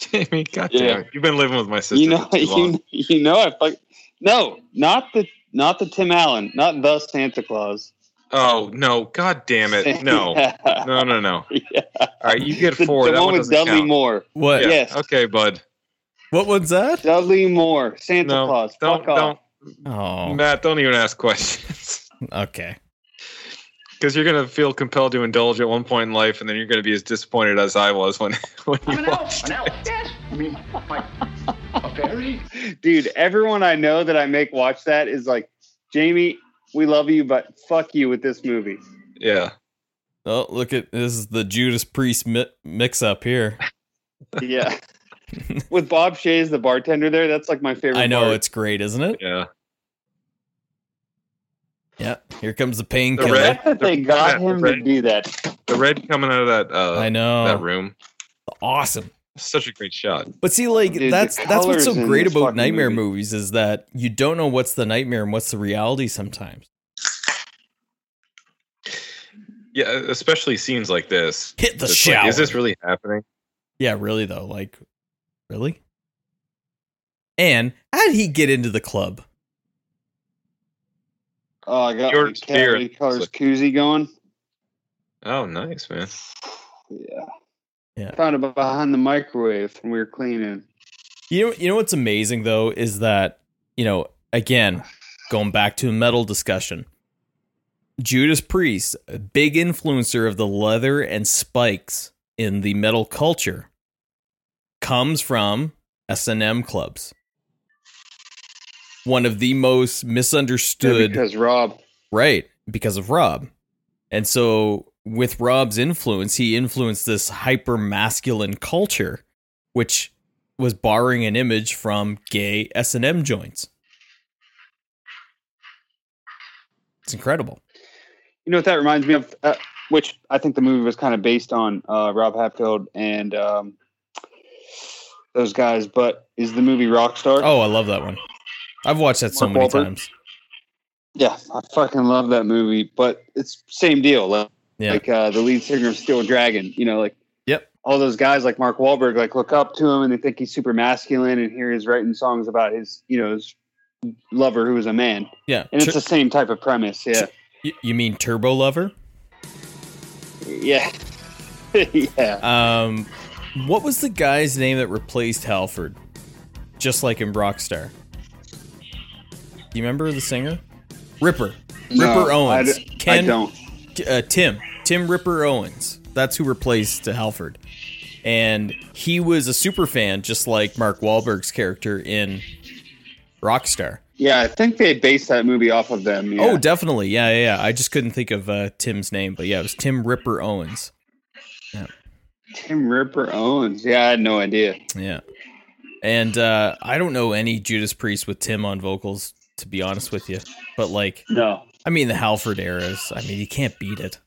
A: Jamie, goddamn,
C: Yeah.
A: you've been living with my sister.
C: You know,
A: for too long.
C: you, you know, I fuck. No, not the not the Tim Allen, not the Santa Claus.
A: Oh no! God damn it! No,
C: Yeah.
A: no, no, no!
C: Yeah.
A: All right, you get
C: The,
A: four.
C: the
A: that
C: one
A: one
C: with
A: doesn't
C: Dudley
A: count.
C: Moore.
D: What?
A: Yeah.
C: Yes.
A: Okay, bud.
D: What one's that?
C: Dudley Moore, Santa
A: No,
C: Claus.
A: Don't,
C: fuck off.
A: don't,
D: Oh,
A: Matt. Don't even ask questions
D: okay.
A: because you're gonna feel compelled to indulge at one point in life, and then you're gonna be as disappointed as I was when when you watched. it.
C: Dude, everyone I know that I make watch that is like, Jamie, we love you, but fuck you with this movie.
A: Yeah,
D: Oh, look at this is the Judas Priest mi- mix up here.
C: Yeah. with Bob Shays, the bartender there, that's like my favorite.
D: I know
C: part.
D: it's great, isn't it?
A: yeah.
D: Yeah. Here comes the
A: The
D: painkiller.
A: red,
C: That's that they got
A: Yeah,
C: him
A: right.
C: to do that.
A: the red coming out of that
D: I
A: uh, that
D: know.
A: room.
D: Awesome.
A: Such a great shot.
D: But see, like
C: Dude, the
D: that's that's what's so
C: colors in
D: great
C: this
D: about
C: fucking
D: nightmare
C: movie.
D: movies is that you don't know what's the nightmare and what's the reality sometimes.
A: Yeah, especially scenes like this.
D: Hit the
A: It's like,
D: shower.
A: is this really happening?
D: Yeah, really though. Like, really? And how did he get into the club?
C: Oh, I got
A: George
C: my Academy
A: Spirit.
C: Colors koozie going.
A: Oh, nice, man.
C: Yeah.
D: Yeah.
C: Found it behind the microwave when we were cleaning.
D: You know, you know what's amazing though is that you know again going back to a metal discussion. Judas Priest, a big influencer of the leather and spikes in the metal culture, comes from S and M clubs. One of the most misunderstood
C: Because Rob.
D: Right, because of Rob. And so with Rob's influence, he influenced this hyper masculine culture, which was borrowing an image from gay S and M joints. It's incredible.
C: You know what that reminds me of, uh, which I think the movie was kind of based on uh, Rob Hatfield and um, those guys, but is the movie Rockstar?
D: Oh, I love that one. I've watched that so
C: Mark
D: many
C: Wahlberg?
D: times.
C: Yeah, I fucking love that movie, but it's same deal. Like,
D: Yeah.
C: like, uh, the lead singer of Steel Dragon, you know, like
D: Yep.
C: all those guys like Mark Wahlberg, like look up to him and they think he's super masculine, and here he's writing songs about his, you know, his lover who was a man,
D: Yeah.
C: and it's
D: Tur-
C: the same type of premise. Yeah,
D: y- you mean Turbo Lover?
C: yeah, yeah.
D: Um, what was the guy's name that replaced Halford? Just like in Rockstar. Do you remember the singer? Ripper.
C: No,
D: Ripper
C: I
D: Owens.
C: d- I
D: Ken
C: don't.
D: uh, Tim, Tim Ripper Owens. That's who replaced Halford. And he was a super fan, just like Mark Wahlberg's character in Rockstar.
C: Yeah, I think they based that movie off of them. yeah.
D: Oh, definitely. Yeah, yeah, yeah. I just couldn't think of uh, Tim's name, but yeah, it was Tim Ripper Owens.
C: Tim Ripper Owens. Yeah, I had no idea.
D: Yeah. And uh, I don't know any Judas Priest with Tim on vocals, to be honest with you. But like,
C: No,
D: I mean, the Halford era is, I mean, you can't beat it.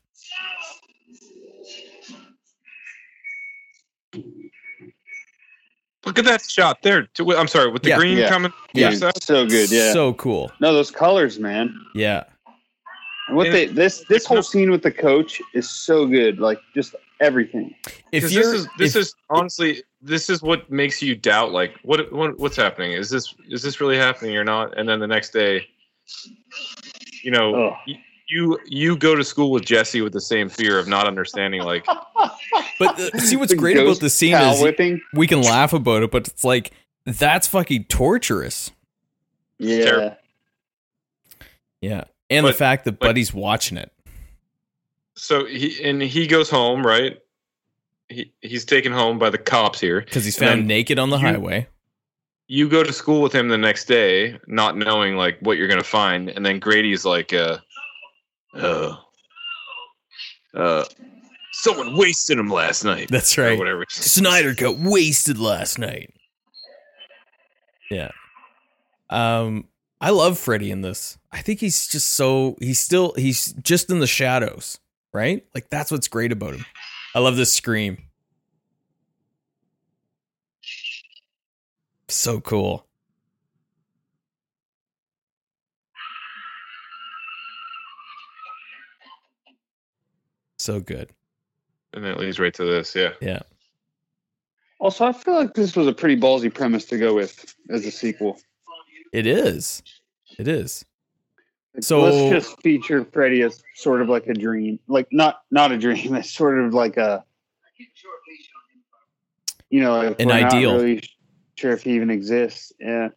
A: Look at that shot there. To- I'm sorry, with the
D: Yeah.
A: green
C: Yeah.
A: coming.
D: Yeah.
A: Is that-
C: so good. Yeah.
D: So cool.
C: no, those colors, man.
D: Yeah.
C: And what
A: And
C: they this this whole scene with the coach is so good. Like just everything.
D: If
A: 'Cause
D: you're,
A: this is this
D: if-
A: is honestly this is what makes you doubt like what, what what's happening is this is this really happening or not and then the next day you know
C: Oh,
A: you you go to school with Jesse with the same fear of not understanding like
D: but uh, see what's
C: The
D: great about
C: ghost
D: the scene
C: cow
D: is
C: whipping.
D: we can laugh about it, but it's like that's fucking torturous.
C: Yeah.
A: terrible.
D: Yeah. And
A: But-
D: the fact that
A: but-
D: Buddy's watching it.
A: so he and he goes home right he he's taken home by the cops here
D: because he's
A: And
D: found
A: then
D: naked on the
A: you-
D: highway.
A: you go to school with him the next day, not knowing like what you're gonna find, and then Grady's like, uh, uh, uh someone wasted him last night.
D: That's
A: Or
D: right.
A: whatever.
D: Snyder got wasted last night. Yeah. Um, I love Freddy in this. I think he's just so he's still he's just in the shadows, right? Like that's what's great about him. I love this scream. So cool. So good.
A: And then it leads right to this, yeah.
C: Also, I feel like this was a pretty ballsy premise to go with as a sequel.
D: It is. It is.
C: Like,
D: So-
C: let's just feature Freddy as sort of like a dream, like not not a dream. It's sort of like a, you know, if
D: An
C: we're not
D: ideal.
C: really sure if he even exists. Yeah,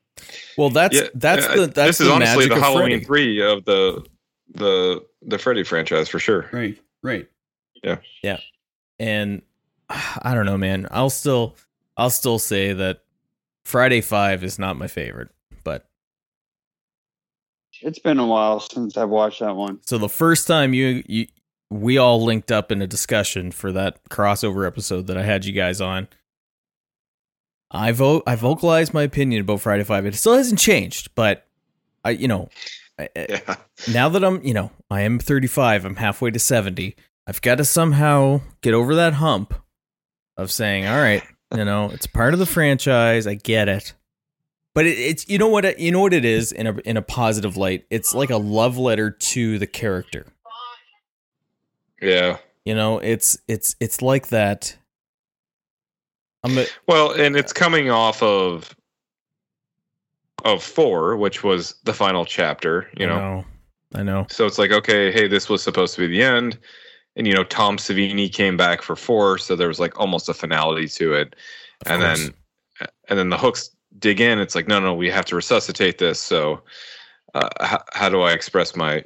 D: Well, that's
A: Yeah,
D: that's
A: uh,
D: the that's
A: this is
D: the
A: honestly
D: magic
A: the
D: of
A: Halloween
D: Freddy.
A: three of the the the Freddy franchise for sure.
G: Right, right.
D: and ah, I don't know, man. I'll still I'll still say that Friday Five is not my favorite, but
C: it's been a while since I've watched that one.
D: so the first time you you we all linked up in a discussion for that crossover episode that I had you guys on. I vote. I vocalized my opinion about Friday Five. It still hasn't changed, but I, you know, I, I-
A: Yeah.
D: now that I'm, you know, I am 35, I'm halfway to 70. I've got to somehow get over that hump of saying, all right, you know, it's part of the franchise. I get it. But it, it's you know what it- you know what it is in a in a positive light. It's like a love letter to the character.
A: Yeah.
D: You know, it's it's it's like that. I'm a,
A: Well, and it's coming off of of four, which was the final chapter, you know.
D: I know, I know.
A: So it's like, okay, hey, this was supposed to be the end. And, you know, Tom Savini came back for four. So there was like almost a finality to it.
D: Of
A: and
D: course.
A: then, and then the hooks dig in. It's like, no, no, we have to resuscitate this. So uh, how, how do I express my,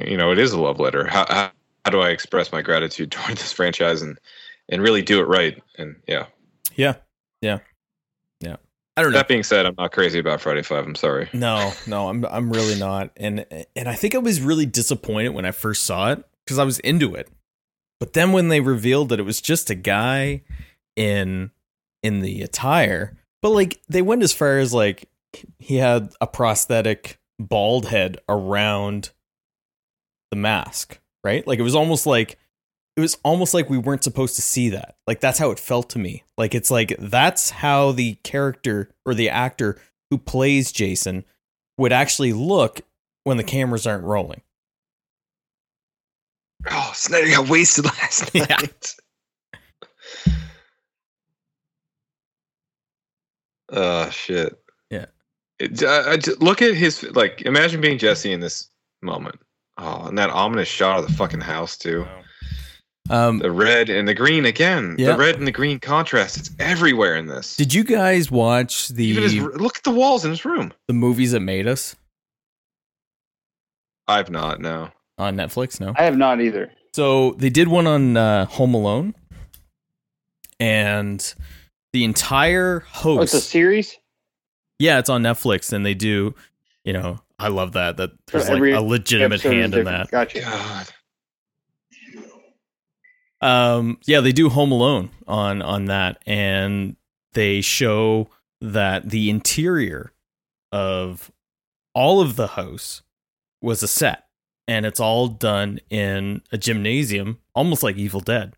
A: you know, it is a love letter. How, how, how do I express my gratitude toward this franchise and, and really do it right? And yeah.
D: yeah, yeah, yeah. I don't know.
A: That being said, I'm not crazy about Friday Five. I'm sorry.
D: No, no, I'm I'm really not. And and I think I was really disappointed when I first saw it because I was into it. But then when they revealed that it was just a guy in in the attire, but like they went as far as like he had a prosthetic bald head around the mask, right? Like it was almost like it was almost like we weren't supposed to see that. Like that's how it felt to me. Like it's like that's how the character or the actor who plays Jason would actually look when the cameras aren't rolling.
A: Oh, Snyder got wasted last
D: Yeah.
A: night. Oh shit.
D: Yeah.
A: It, I- I ju- look at his like. Imagine being Jesse in this moment. Oh, and that ominous shot of the fucking house too.
D: Um
A: The red and the green again.
D: Yeah.
A: The red and the green contrast. It's everywhere in this.
D: did you guys watch
A: Even his,
D: the
A: look at the walls in his room.
D: the movies that made us
A: I've not. No.
D: on Netflix? No.
C: I have not either.
D: So they did one on uh, Home Alone, and the entire
C: Oh,
D: host.
C: it's a series.
D: yeah, it's on Netflix, and they do. You know, I love that. That
C: So
D: there's like
C: every
D: a legitimate
C: Episode is
D: hand in that.
C: different. Gotcha.
A: God.
D: Um, yeah, they do Home Alone on on that, and they show that the interior of all of the house was a set, and it's all done in a gymnasium, almost like Evil Dead.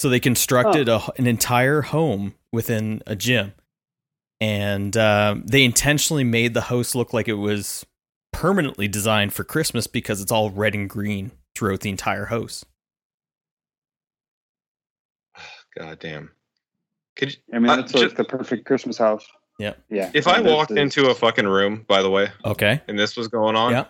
D: So they constructed a, an entire home within a gym, and um, they intentionally made the house look like it was permanently designed for Christmas because it's all red and green throughout the entire house.
A: God damn. Could you,
C: I mean,
A: Uh,
C: that's
A: ju-
C: like the perfect Christmas house.
D: Yeah.
C: Yeah.
A: if I
C: This
A: walked
C: is-
A: into a fucking room, by the way,
D: Okay.
A: and this was going on,
D: Yeah.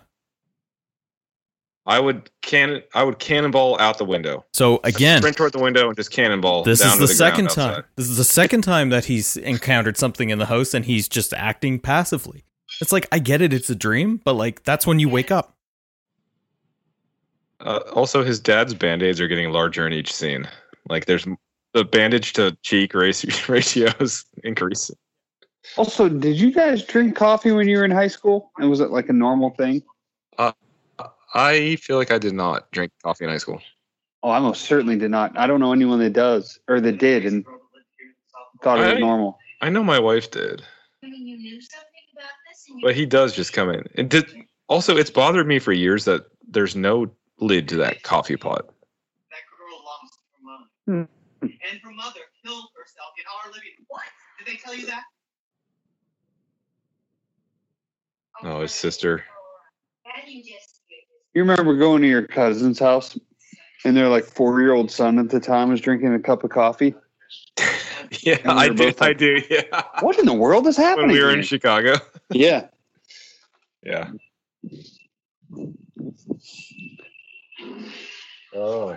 A: I would can I would cannonball out the window.
D: So again,
A: sprint toward the window and just cannonball.
D: this
A: down
D: is
A: to
D: the,
A: the ground
D: second
A: outside.
D: time. This is the second time that he's encountered something in the house and he's just acting passively. It's like I get it, it's a dream, but like that's when you wake up.
A: Uh, also, his dad's band aids are getting larger in each scene. Like there's m- the bandage to cheek ratio, ratios increase.
C: Also, did you guys drink coffee when you were in high school? And was it like a normal thing?
A: I feel like I did not drink coffee in high school.
C: Oh, I most certainly did not. I don't know anyone that does or that did and thought it
A: I-
C: was normal.
A: I know my wife did,
I: You knew something about this and you
A: but he does just come in. It did, also, it's bothered me for years that there's no lid to that coffee pot.
I: that girl lost her mom.
C: Hmm.
I: And her mother killed herself in our living room. What? Did they tell you that?
A: Oh, his sister.
C: You remember going to your cousin's house and their like four year old son at the time was drinking a cup of coffee?
A: Yeah,
C: And we
A: I
C: were
A: do.
C: both
A: I
C: like-
A: do. Yeah.
C: What in the world is happening?
A: When we were in
C: here?
A: Chicago.
C: yeah.
A: Yeah. Oh.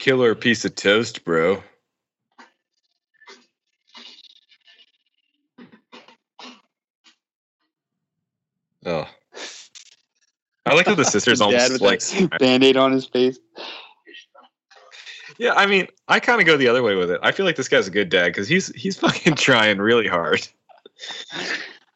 A: Killer piece of toast, bro. Oh. I like how the sister's almost like
C: band aid on his face.
A: Yeah, I mean, I kind of go the other way with it. I feel like this guy's a good dad cuz he's he's fucking trying really hard.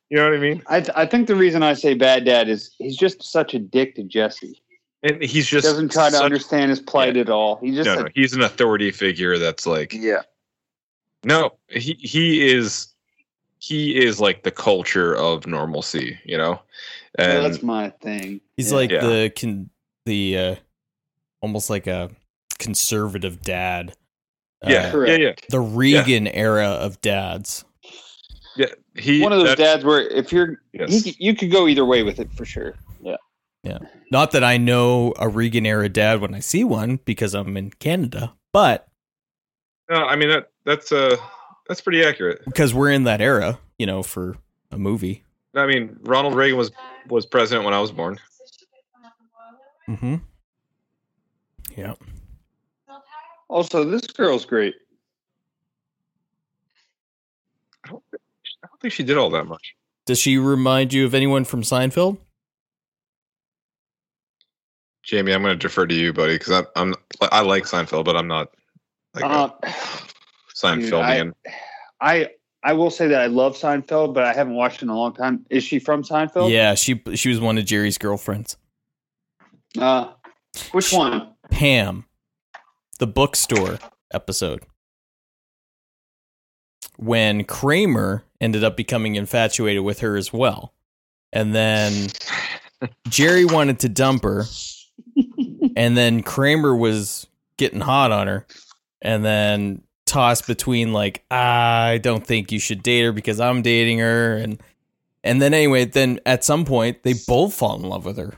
A: You know what I mean?
C: I, th- I think the reason I say bad dad is he's just such a dick to Jesse.
A: And he's
C: He
A: just
C: doesn't try to
A: such-
C: understand his plight at all. He just
A: No, no, he's an authority figure that's like
C: yeah.
A: No, he he is he is like the culture of normalcy, you know.
C: Well,
A: And
C: that's my thing.
D: He's
C: Yeah.
D: like
A: Yeah.
D: the con- the uh, almost like a conservative dad.
A: yeah,
D: Uh,
A: yeah,
C: Correct.
A: yeah,
D: the Reagan era of dads.
A: yeah. He
C: one of those
A: that-
C: dads where if you're
A: yes.
C: he, c- you could go either way with it for sure.
D: Not that I know a Reagan era dad when I see one because I'm in Canada, but
A: No, I mean that that's uh that's pretty accurate.
D: because we're in that era, you know, for a movie.
A: I mean, Ronald Reagan
I: Uh,
A: was was president when I was born.
D: Mm-hmm. Yeah.
C: Also, this girl's great.
A: I don't, think- I don't think she did all that much.
D: Does she remind you of anyone from Seinfeld?
A: Jamie, I'm going to defer to you, buddy, because I'm I'm I like Seinfeld, but I'm not like
C: Uh,
A: a Seinfeldian.
C: I I will say that I love Seinfeld, but I haven't watched it in a long time. Is she from Seinfeld?
D: Yeah, she she was one of Jerry's girlfriends.
C: Uh, which one?
D: Pam, the bookstore episode. when Kramer ended up becoming infatuated with her as well. And then Jerry wanted to dump her. And then Kramer was getting hot on her. And then tossed between like, I don't think you should date her because I'm dating her and and then anyway, then at some point they both fall in love with her.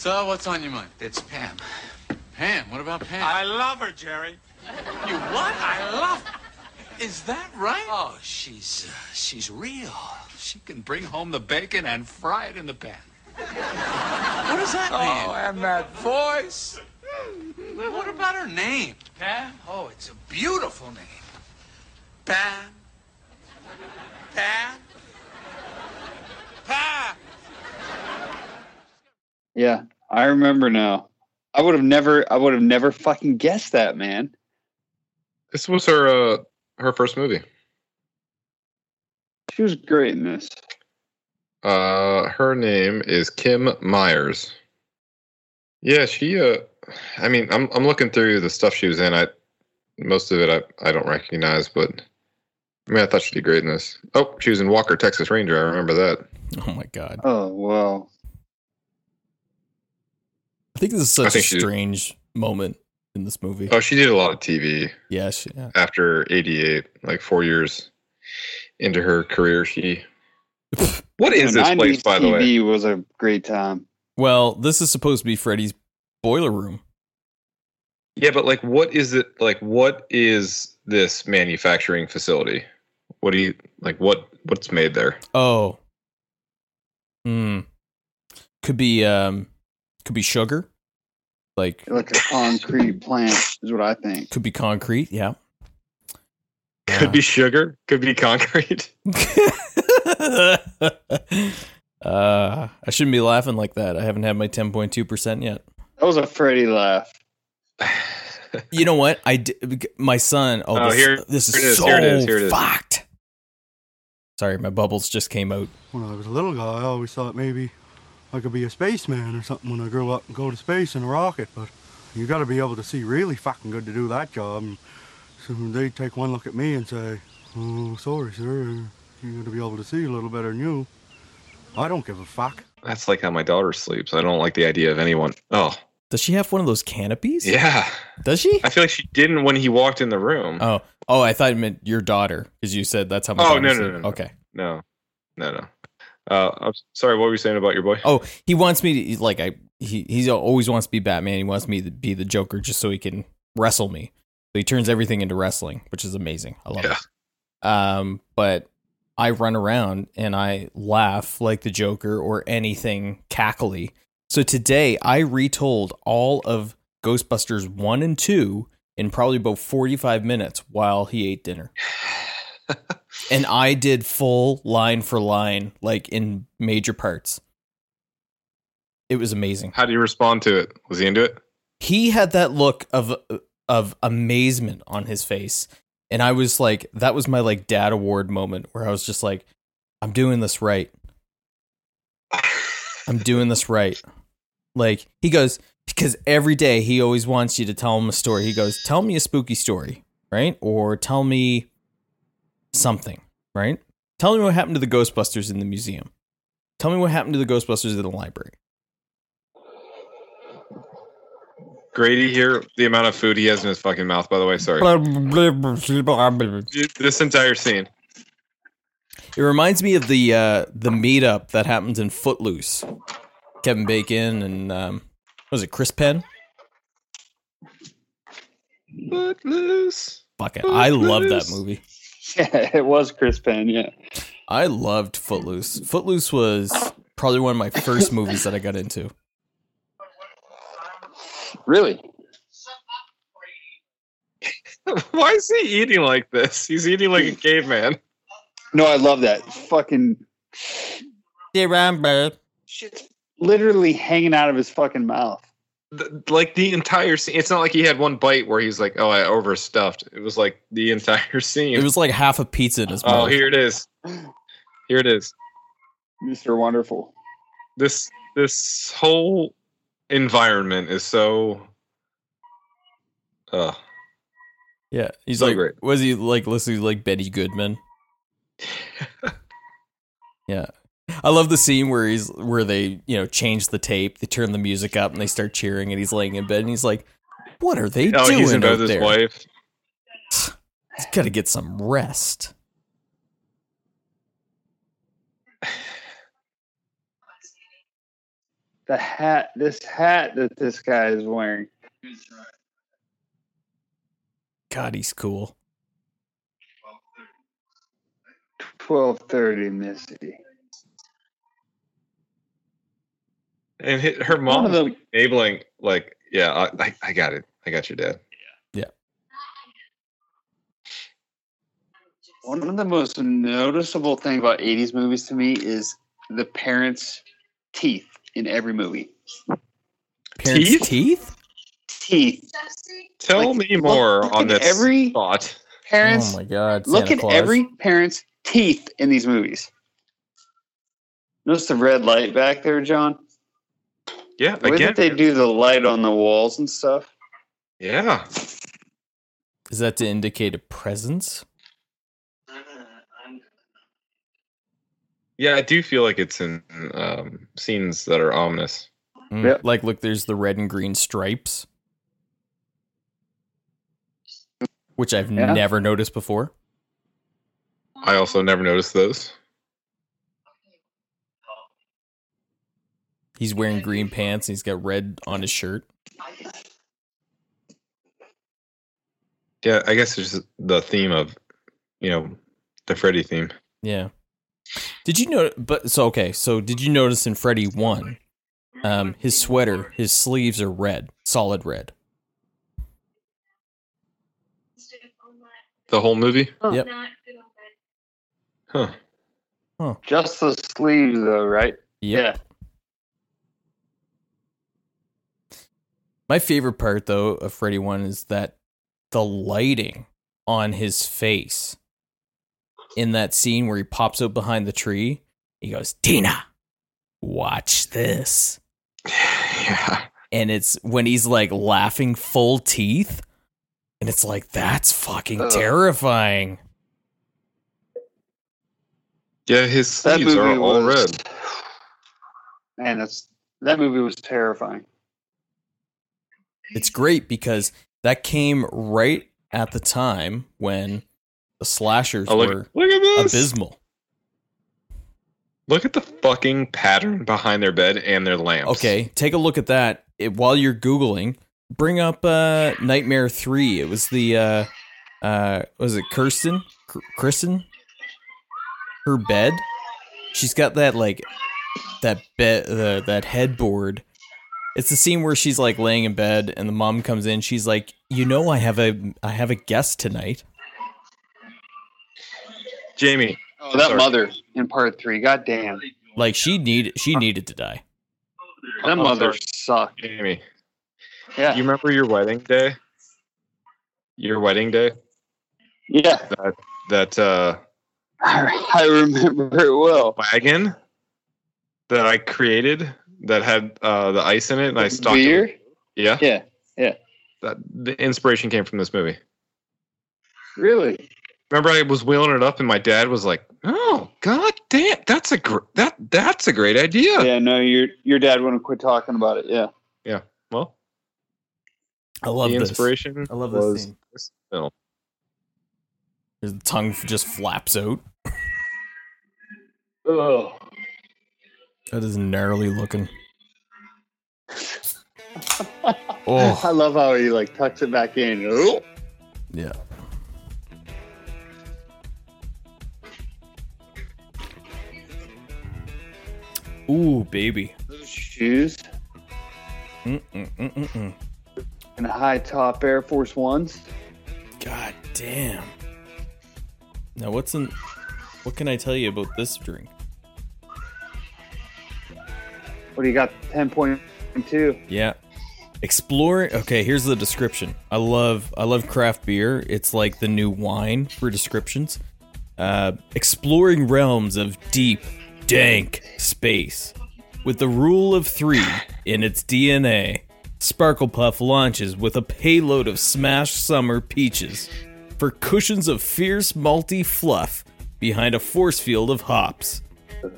E: So, what's on your mind?
F: It's Pam.
E: Pam, what about Pam?
F: I love her, Jerry.
E: you what? I love. Is that right?
F: Oh, she's uh, she's real. She can bring home the bacon and fry it in the pan.
E: What does that
F: Oh, and that voice.
E: mean? What about her name?
F: Pam? Oh, it's a beautiful name. Pam. Pam. Pam.
C: Yeah, I remember now. I would have never, I would have never fucking guessed that, man.
A: This was her uh, her first movie.
C: She was great in this.
A: Uh, her name is Kim Myers. Yeah, she. Uh, I mean, I'm I'm looking through the stuff she was in. I most of it I I don't recognize, but I mean, I thought she'd be great in this. Oh, she was in Walker, Texas Ranger. I remember that.
D: Oh my god.
C: Oh wow.
D: I think this is
A: I
D: such a
A: think she-
D: strange moment in this movie.
A: Oh, she did a lot of TV
D: Yeah, she, yeah.
A: after '88, like four years into her career. She. What is
C: The
A: this place,
C: 90s
A: by the way?
C: TV was a great time.
D: Well, this is supposed to be Freddy's boiler room.
A: Yeah, but like, what is it? Like, what is this manufacturing facility? What do you like? What what's made there?
D: Oh. Hmm. Could be um could be sugar. Like
C: Like a concrete plant is what I think.
D: could be concrete, yeah.
A: Could be sugar. Could be concrete.
D: uh I shouldn't be laughing like that. I haven't had my 10.2% yet.
C: That was a Freddy laugh.
D: You know what? I did, my son. Oh,
A: Oh,
D: this,
A: here-
D: this is
A: here it is,
D: so
A: here it is, here it is.
D: fucked. Sorry, my bubbles just came out.
J: When I was a little guy, I always thought maybe I could be a spaceman or something when I grew up and go to space in a rocket, but you gotta be able to see really fucking good to do that job. And so they take one look at me and say, Oh, sorry, sir, you gotta be able to see a little better than you. I don't give a fuck.
A: That's like how my daughter sleeps. I don't like the idea of anyone. Oh,
D: Does she have one of those canopies?
A: yeah.
D: Does she?
A: I feel like she didn't when he walked in the room.
D: Oh, oh, I thought it meant your daughter because you said that's how my
A: Oh,
D: daughter
A: no, no,
D: sleep.
A: no, no.
D: Okay.
A: No, no, no. Uh, I'm sorry. What were you saying about your boy?
D: Oh. He wants me to like I he he always wants to be Batman. He wants me to be the Joker just so he can wrestle me. So he turns everything into wrestling, which is amazing. I love it. Um, but I run around and I laugh like the Joker or anything cackly. So today I retold all of Ghostbusters 1 and 2 in probably about 45 minutes while he ate dinner. and I did full line for line, like in major parts. It was amazing.
A: How do you respond to it? Was he into it?
D: He had that look of of amazement on his face. And I was like, that was my like dad award moment where I was just like, I'm doing this right. I'm doing this right. Like he goes because every day he always wants you to tell him a story. He goes, "Tell me a spooky story, right? Or tell me something, right? Tell me what happened to the Ghostbusters in the museum. Tell me what happened to the Ghostbusters in the library."
A: Grady here. The amount of food he has in his fucking mouth. By the way, sorry. This entire scene.
D: It reminds me of the uh the meetup that happens in Footloose. Kevin Bacon and um what was it Chris Penn?
A: Footloose.
D: Fuck it. I love that
A: Footloose.
D: movie.
C: Yeah, it was Chris Penn. Yeah.
D: I loved Footloose. Footloose was probably one of my first movies that I got into.
C: Really?
A: Why is he eating like this? He's eating like a caveman.
C: No, I love that. Fucking shit's literally hanging out of his fucking mouth.
A: Th- Like the entire scene. It's not like he had one bite where he's like, "Oh, I overstuffed." It was like the entire scene.
D: It was like half a pizza in his
A: oh,
D: mouth.
A: here it is. Here it is.
C: Mr. Wonderful.
A: This this whole environment is so. Uh,
D: yeah, he's
A: So
D: like,
A: great.
D: was he like listening to like Betty Goodman? Yeah. I love the scene where he's where they, you know, change the tape, they turn the music up and they start cheering and he's laying in bed and he's like, What are they
A: oh,
D: doing?
A: he's in bed with
D: out
A: his
D: there?
A: wife.
D: He's gotta get some rest.
C: The hat, this hat that this guy is wearing.
D: God, he's cool.
C: Twelve thirty, Missy.
A: And hi- her
C: One
A: mom's
C: of the
A: enabling, like, yeah, I, I, I got it. I got your dad.
C: one of the most noticeable thing about eighties movies to me is the parents' teeth in every movie.
D: Parents'
A: Teeth?
D: teeth?
C: Teeth.
A: Tell
C: Like,
A: me
C: look-
A: more
C: look
A: on
C: at
A: this
C: every-
A: thought.
C: Parents
D: oh my god.
C: look
D: Santa
C: at
D: Claus.
C: every parent's teeth in these movies. Notice the red light back there, John.
A: Yeah,
C: The way
A: again.
C: that they do the light on the walls and stuff.
A: yeah.
D: Is that to indicate a presence?
A: Yeah, I do feel like it's in um, scenes that are ominous.
D: Mm,
C: Yep.
D: Like look, there's the red and green stripes. Which I've
C: Yeah.
D: never noticed before.
A: I also never noticed those.
D: He's wearing green pants and he's got red on his shirt.
A: Yeah, I guess it's just the theme of, you know, the Freddy theme.
D: Yeah. Did you know? But so okay. So did you notice in Freddy One, um, his sweater, his sleeves are red, solid red.
A: The whole movie?
D: Yep.
A: Huh.
C: Just the sleeves, though, right?
D: Yep. My favorite part though of Freddy One is that the lighting on his face in that scene where he pops out behind the tree. He goes, Tina, watch this.
A: Yeah.
D: and it's when he's like laughing full teeth and it's like that's fucking
C: Ugh.
D: terrifying
A: Yeah, his
C: That
A: sleeves
C: movie
A: are all
C: was-
A: red.
C: Man, that's that movie was terrifying.
D: it's great because that came right at the time when the slashers
A: Oh,
D: were
A: look, look at this.
D: abysmal
A: Look at the fucking pattern behind their bed and their lamps.
D: okay take a look at that It- while you're googling bring up uh nightmare 3 it was the uh uh was it kirsten Kr- kirsten her bed she's got that like that bed the that headboard it's the scene where she's like laying in bed and the mom comes in she's like you know i have a i have a guest tonight
A: Jamie,
C: Oh, that
A: Sorry.
C: mother in part three. God damn,
D: like she need she needed to die
C: that
A: Oh,
C: mother
A: sorry.
C: sucked.
A: Jamie,
C: Yeah,
A: you remember your wedding day? Your wedding day?
C: yeah.
A: That uh
C: I, I remember it well.
A: wagon that I created that had uh the ice in it and I stocked it
C: Beer?
A: with- Yeah.
C: Yeah, yeah.
A: That the inspiration came from this movie.
C: Really?
A: Remember, I was wheeling it up, and my dad was like, "Oh, god damn, that's a gr- that that's a great idea."
C: Yeah. No, your your dad wouldn't quit talking about it. Yeah.
A: Well,
D: i love
A: the
D: this
A: inspiration.
D: i love this
A: was
D: scene
A: this film.
D: His tongue just flaps out
C: Oh,
D: that is gnarly looking
C: I
D: oh
C: love how he like tucks it back in. Oh.
D: yeah ooh baby Mm,
C: Those shoes
D: Mm-mm-mm-mm-mm.
C: and high top Air Force Ones.
D: God damn. Now what's in what can I tell you about this drink?
C: What do you got? Ten point two.
D: Yeah. Explore okay, here's the description. I love I love craft beer. It's like the new wine for descriptions. Uh exploring realms of deep, dank space. With the rule of three in its DNA, Sparkle Puff launches with a payload of smashed summer peaches. For cushions of fierce malty fluff behind a force field of hops.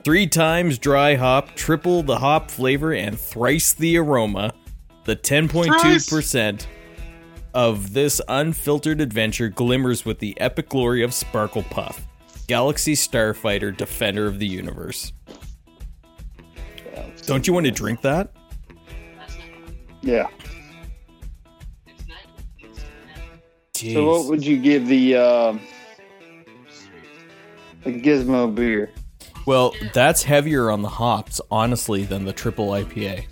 D: Three times dry hop, triple the hop flavor, and thrice the aroma. The 10.2% of this unfiltered adventure glimmers with the epic glory of Sparkle Puff, Galaxy Starfighter Defender of the Universe. Don't you want to drink that?
C: Yeah. So what would you give the um, the Gizmo beer?
D: Well, that's heavier on the hops, honestly, than the triple IPA.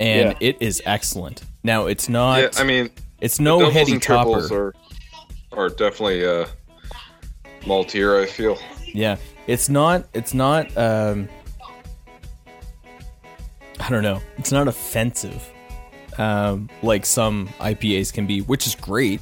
D: And it is excellent. Now it's not
A: yeah, I mean,
D: it's no
A: doubles
D: heady
A: and triples
D: topper.
A: Are, are definitely uh, maltier. I feel.
D: Yeah, it's not. It's not. Um, I don't know. It's not offensive, um, like some IPAs can be, which is great.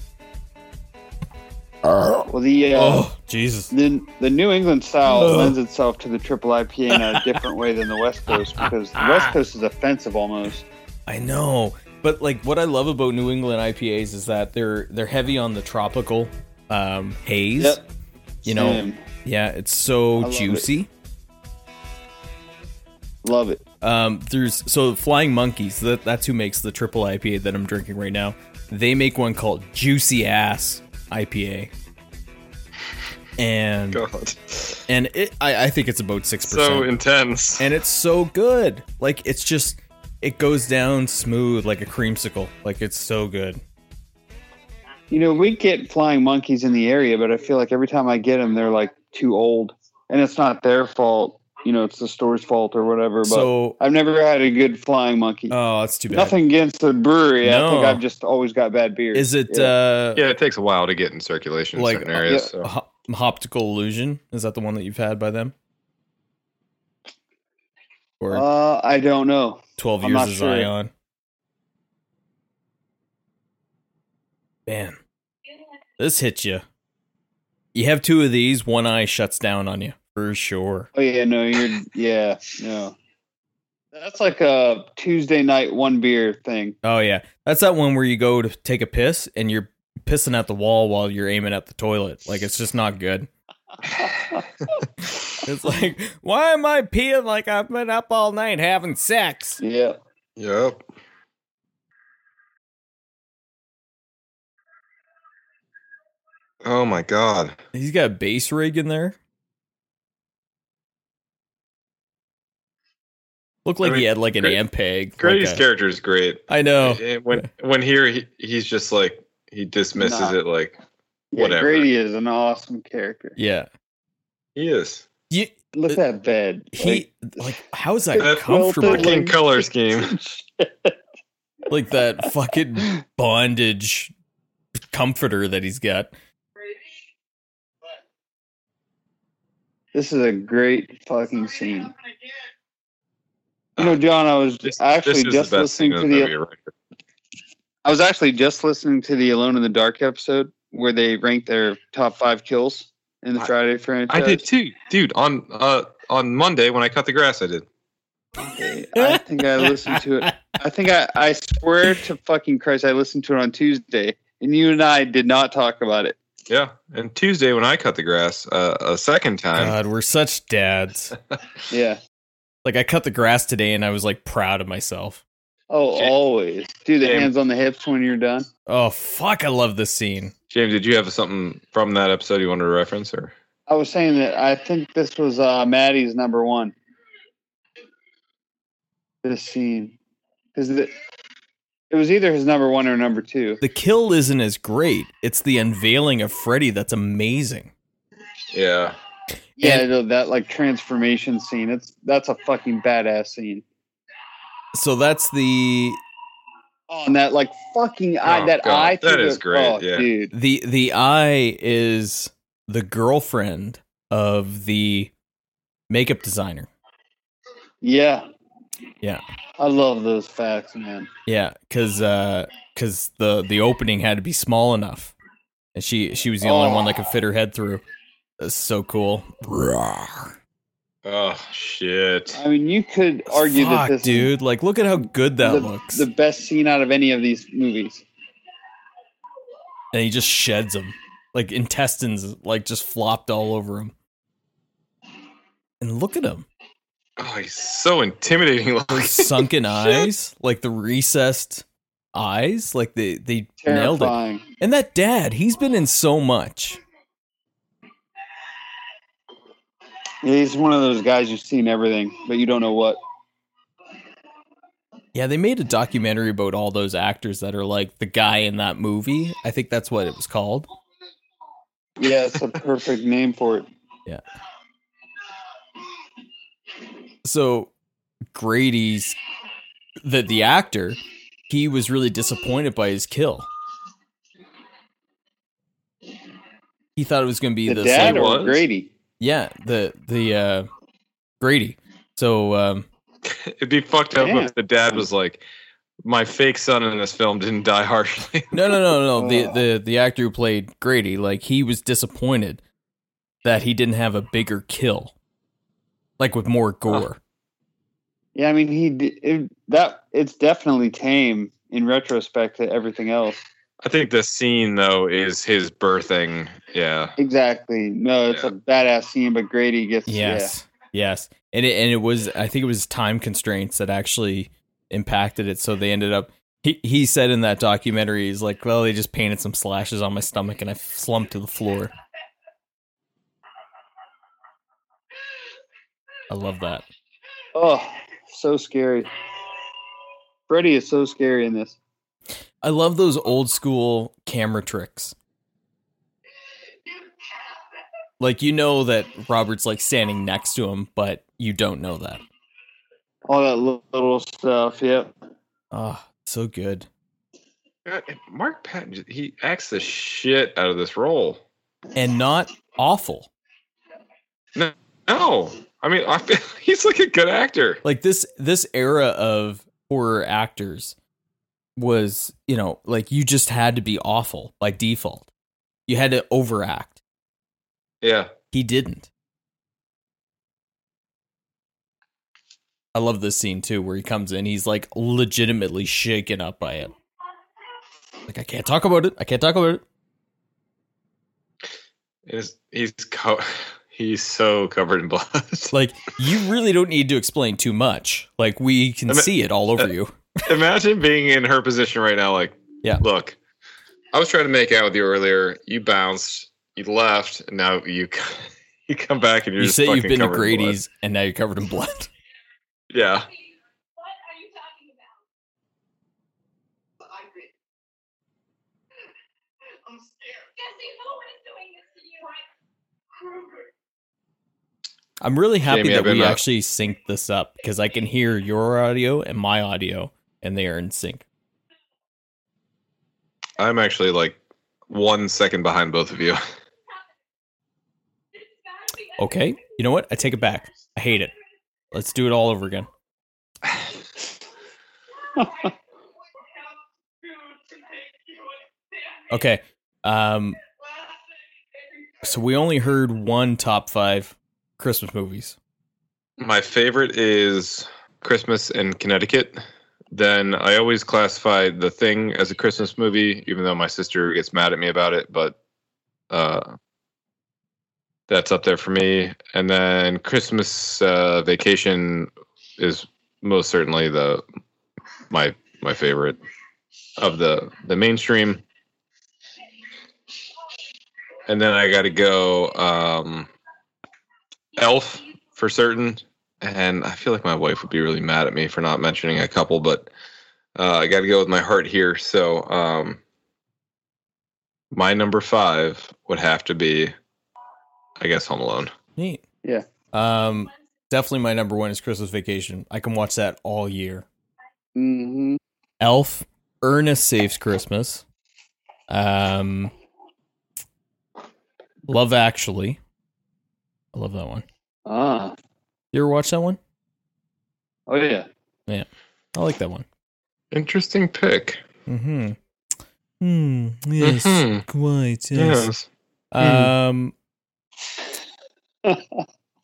C: Well, the uh,
D: Oh Jesus!
C: the the New England style
D: Ugh.
C: lends itself to the triple IPA in a different way than the West Coast because the West Coast is offensive almost.
D: I know, but like what I love about New England IPAs is that they're they're heavy on the tropical um, haze.
C: Yep.
D: You know,
C: Same.
D: yeah, it's
C: love
D: so
C: it.
D: juicy.
C: love it.
D: Um, there's so Flying Monkeys. That, that's who makes the triple IPA that I'm drinking right now. They make one called Juicy Ass IPA, and
A: God,
D: and it I, I think it's about six
A: so
D: Mm. percent,
A: intense.
D: and it's so good. Like it's just it goes down smooth like a creamsicle. Like it's so good.
C: You know, we get flying monkeys in the area, but I feel like every time I get them, they're like too old, and it's not their fault. You know, it's the store's fault or whatever. But
D: So
C: I've never had a good flying monkey.
D: oh, that's too bad.
C: Nothing against the brewery. I think
D: No.
C: I've just always got bad beer.
D: Is it
C: Yeah.
D: uh
A: yeah, it takes a while to get in circulation
D: Like,
A: in certain
D: uh,
A: areas.
C: yeah.
A: so.
D: ho- Hoptical Illusion? Is that the one that you've had by them? Or
C: Uh, I don't know.
D: 12
C: I'm
D: years
C: not
D: as
C: sure.
D: Ion. Man, this hits you. You have two of these, one eye shuts down on you for sure.
C: Oh yeah, no, you're yeah, no. That's like a Tuesday night one beer thing.
D: Oh yeah, that's that one where you go to take a piss and you're pissing at the wall while you're aiming at the toilet. Like it's just not good. it's like, why am I peeing like I've been up all night having sex?
C: Yeah.
A: Yep. Oh my god.
D: He's got a bass rig in there. Looked like
A: I
D: he
A: mean,
D: had like an
A: Grady-
D: Ampeg.
A: Grady's
D: like a-
A: character is great.
D: I know.
A: And When when here he, he's just like he dismisses
C: Nah.
A: it like
C: yeah
A: Whatever.
C: Grady is an awesome character.
D: Yeah.
A: he is.
D: You,
C: Look at that bed.
D: he like how's that
A: That
D: comfortable?
A: fucking color scheme.
D: Like that fucking bondage comforter that he's got.
C: This is a great fucking scene. You know, John, I was
A: This,
C: actually
A: this is
C: just
A: the best thing
C: listening
A: in
C: to
A: the
C: the
A: movie, right?
C: I was actually just listening to the Alone in the Dark episode where they ranked their top five kills in the
A: I-
C: Friday franchise.
A: I did too, dude. On uh on Monday when I cut the grass, I did.
C: I think I listened to it. I think I, I swear to fucking Christ, I listened to it on Tuesday, and you and I did not talk about it.
A: Yeah. And Tuesday when I cut the grass uh, a second time.
D: God, we're such dads.
C: Yeah.
D: Like I cut the grass today and I was like proud of myself.
C: Oh,
A: Shame.
C: always do the
A: Shame.
C: hands on the hips when you're done.
D: Oh fuck, I love this scene.
A: James, did you have something from that episode you wanted to reference or
C: I was saying that I think this was uh, Maddie's number one. This scene, because it was either his number one or number two.
D: The kill isn't as great. It's the unveiling of Freddy that's amazing.
A: Yeah.
C: Yeah,
D: And-
C: no, that like transformation scene. It's that's a fucking badass scene.
D: So that's the
C: Oh, and that like fucking eye,
A: Oh,
C: that
A: God,
C: eye.
A: that
C: through
A: is
C: the-
A: great,
C: oh,
A: yeah.
C: dude.
D: the the eye is the girlfriend of the makeup designer.
C: Yeah.
D: Yeah.
C: I love those facts, man.
D: Yeah, cuz cuz the the opening had to be small enough. And she she was the only
C: Oh.
D: one that could fit her head through. That's so cool.
A: Oh shit.
C: I mean, you could argue
D: Fuck,
C: that this is
D: dude. Like look at how good that
C: the,
D: looks.
C: the best scene out of any of these movies.
D: and he just sheds him. like intestines like just flopped all over him. And look at him.
A: Oh, he's so intimidating looking.
D: Those sunken eyes, like the recessed eyes, like they they nailed it.
C: Terrifying.
D: And that dad, he's been in so much.
C: He's one of those guys you've seen everything, but you don't know what.
D: Yeah, they made a documentary about all those actors that are like the guy in that movie. I think that's what it was called.
C: Yeah, it's a perfect name for it.
D: So Grady's the the actor, he was really disappointed by his kill. He thought it was going to be
C: The,
D: this like,
C: dad or
A: was?
C: Grady?
D: Yeah, the the uh Grady. So um
A: It'd be fucked up
C: Yeah.
A: if the dad was like, "My fake son in this film didn't die harshly."
D: no no no no the
C: Ugh.
D: the the actor who played Grady like he was disappointed that he didn't have a bigger kill. Like with more gore.
C: Yeah, I mean he d- it, that it's definitely tame in retrospect to everything else.
A: I think the scene though is his birthing. Yeah,
C: Exactly. No, it's a badass scene, but Grady gets
D: Yes. Yes. And it and it was I think it was time constraints that actually impacted it so they ended up he, he said in that documentary he's like well they just painted some slashes on my stomach and I slumped to the floor. I love that.
C: Yeah. Oh, so scary. Freddy is so scary in this.
D: I love those old school camera tricks. Like you know that Robert's like standing next to him, but you don't know that.
C: All that li- little stuff. Yep.
D: Ah, so good.
A: God, Mark Patton he acts the shit out of this role.
D: And not awful.
A: No, I mean I feel he's like a good actor.
D: Like this this era of horror actors was, you know, like you just had to be awful by default. You had to overact.
A: Yeah,
D: He didn't. I love this scene too, where he comes in. He's like legitimately shaken up by it. Like I can't talk about it. I can't talk about it.
A: he's he's co- he's so covered in blood.
D: Like you really don't need to explain too much. Like we can
A: I mean-
D: see it all
A: uh,
D: over you.
A: Imagine being in her position right now. Like,
D: Yeah.
A: look, I was trying to make out with you earlier. You bounced. You left. And now you c- you come back and you're
D: You
A: just
D: say you've
A: fucking
D: been to
A: covered in blood.
D: Grady's, and now you're covered in blood.
A: Yeah.
I: What are you talking about? I did. I'm scared. Jesse, who is doing this to you? Frank Krueger.
D: I'm really happy
A: Jamie,
D: that
A: I've been
D: we
A: up.
D: actually synced this up because I can hear your audio and my audio, and they are in sync.
A: I'm actually like one second behind both of you.
I: This is gotta be
D: Okay, you know what? I take it back. I hate it. Let's do it all over again. Okay. Um so we only heard one top 5 Christmas movies.
A: My favorite is Christmas in Connecticut. Then I always classify The Thing as a Christmas movie, even though my sister gets mad at me about it. But uh, that's up there for me. And then Christmas uh, Vacation is most certainly the my my favorite of the the mainstream. And then I got to go um, Elf for certain and I feel like my wife would be really mad at me for not mentioning a couple, but uh, I got to go with my heart here. So, um, my number five would have to be, I guess, Home Alone.
D: Neat.
C: Yeah.
D: Um definitely my number 1 is Christmas Vacation. I can watch that all year.
C: Mm-hmm.
D: Elf, Ernest Saves Christmas. Um Love Actually. I love that one.
C: Ah.
D: You ever watch that one?
C: Oh yeah.
D: I like that one.
A: Interesting pick.
D: Mm-hmm. Hmm. Yes.
A: Mhm.
D: Quite. yes.
A: Yes.
D: Um.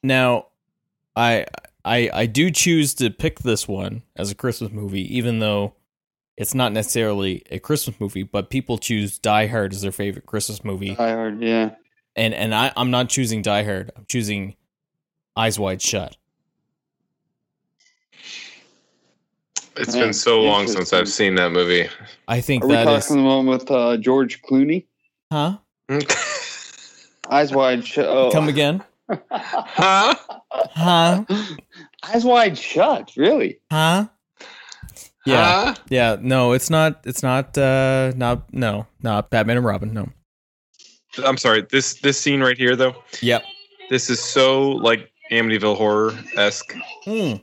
D: now, I I I do choose to pick this one as a Christmas movie, even though it's not necessarily a Christmas movie, but people choose Die Hard as their favorite Christmas movie.
C: I heard, yeah.
D: and and I, I'm not choosing Die Hard. I'm choosing Eyes Wide Shut.
A: It's
C: Yeah,
A: been so long since I've
C: interesting.
A: seen that movie.
D: I think
C: Are we
D: that
C: talking
D: is
C: the one with uh, George Clooney?
D: huh.
C: Eyes wide shut. Oh.
D: Come again,
A: huh?
D: huh?
C: Eyes wide shut. Really?
D: Huh? Yeah,
A: Huh?
D: yeah. No, it's not. It's not. uh Not no. Not Batman and Robin. No.
A: I'm sorry. This this scene right here though.
D: Yep.
A: This is so like Amityville horror esque.
C: Hmm.
D: Mm.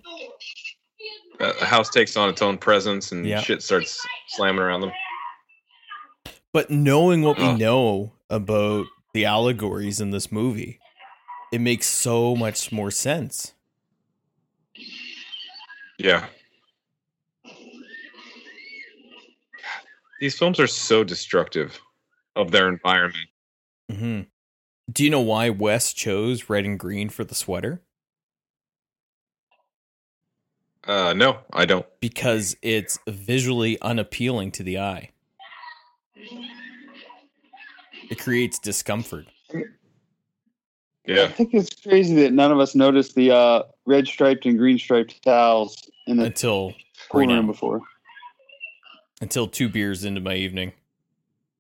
A: Uh, a house takes on its own presence and
D: Yeah.
A: shit starts slamming around them.
D: But knowing what we
A: Ugh.
D: know about the allegories in this movie, it makes so much more sense.
A: Yeah. These films are so destructive of their environment. Mm-hmm.
D: hmm Do you know why Wes chose red and green for the sweater?
A: Uh, no, I don't.
D: Because it's visually unappealing to the eye. It creates discomfort.
C: I
A: Yeah.
C: think it's crazy that none of us noticed the uh, red striped and green striped towels in the
D: until right
C: corner
D: now.
C: before.
D: until two beers into my evening.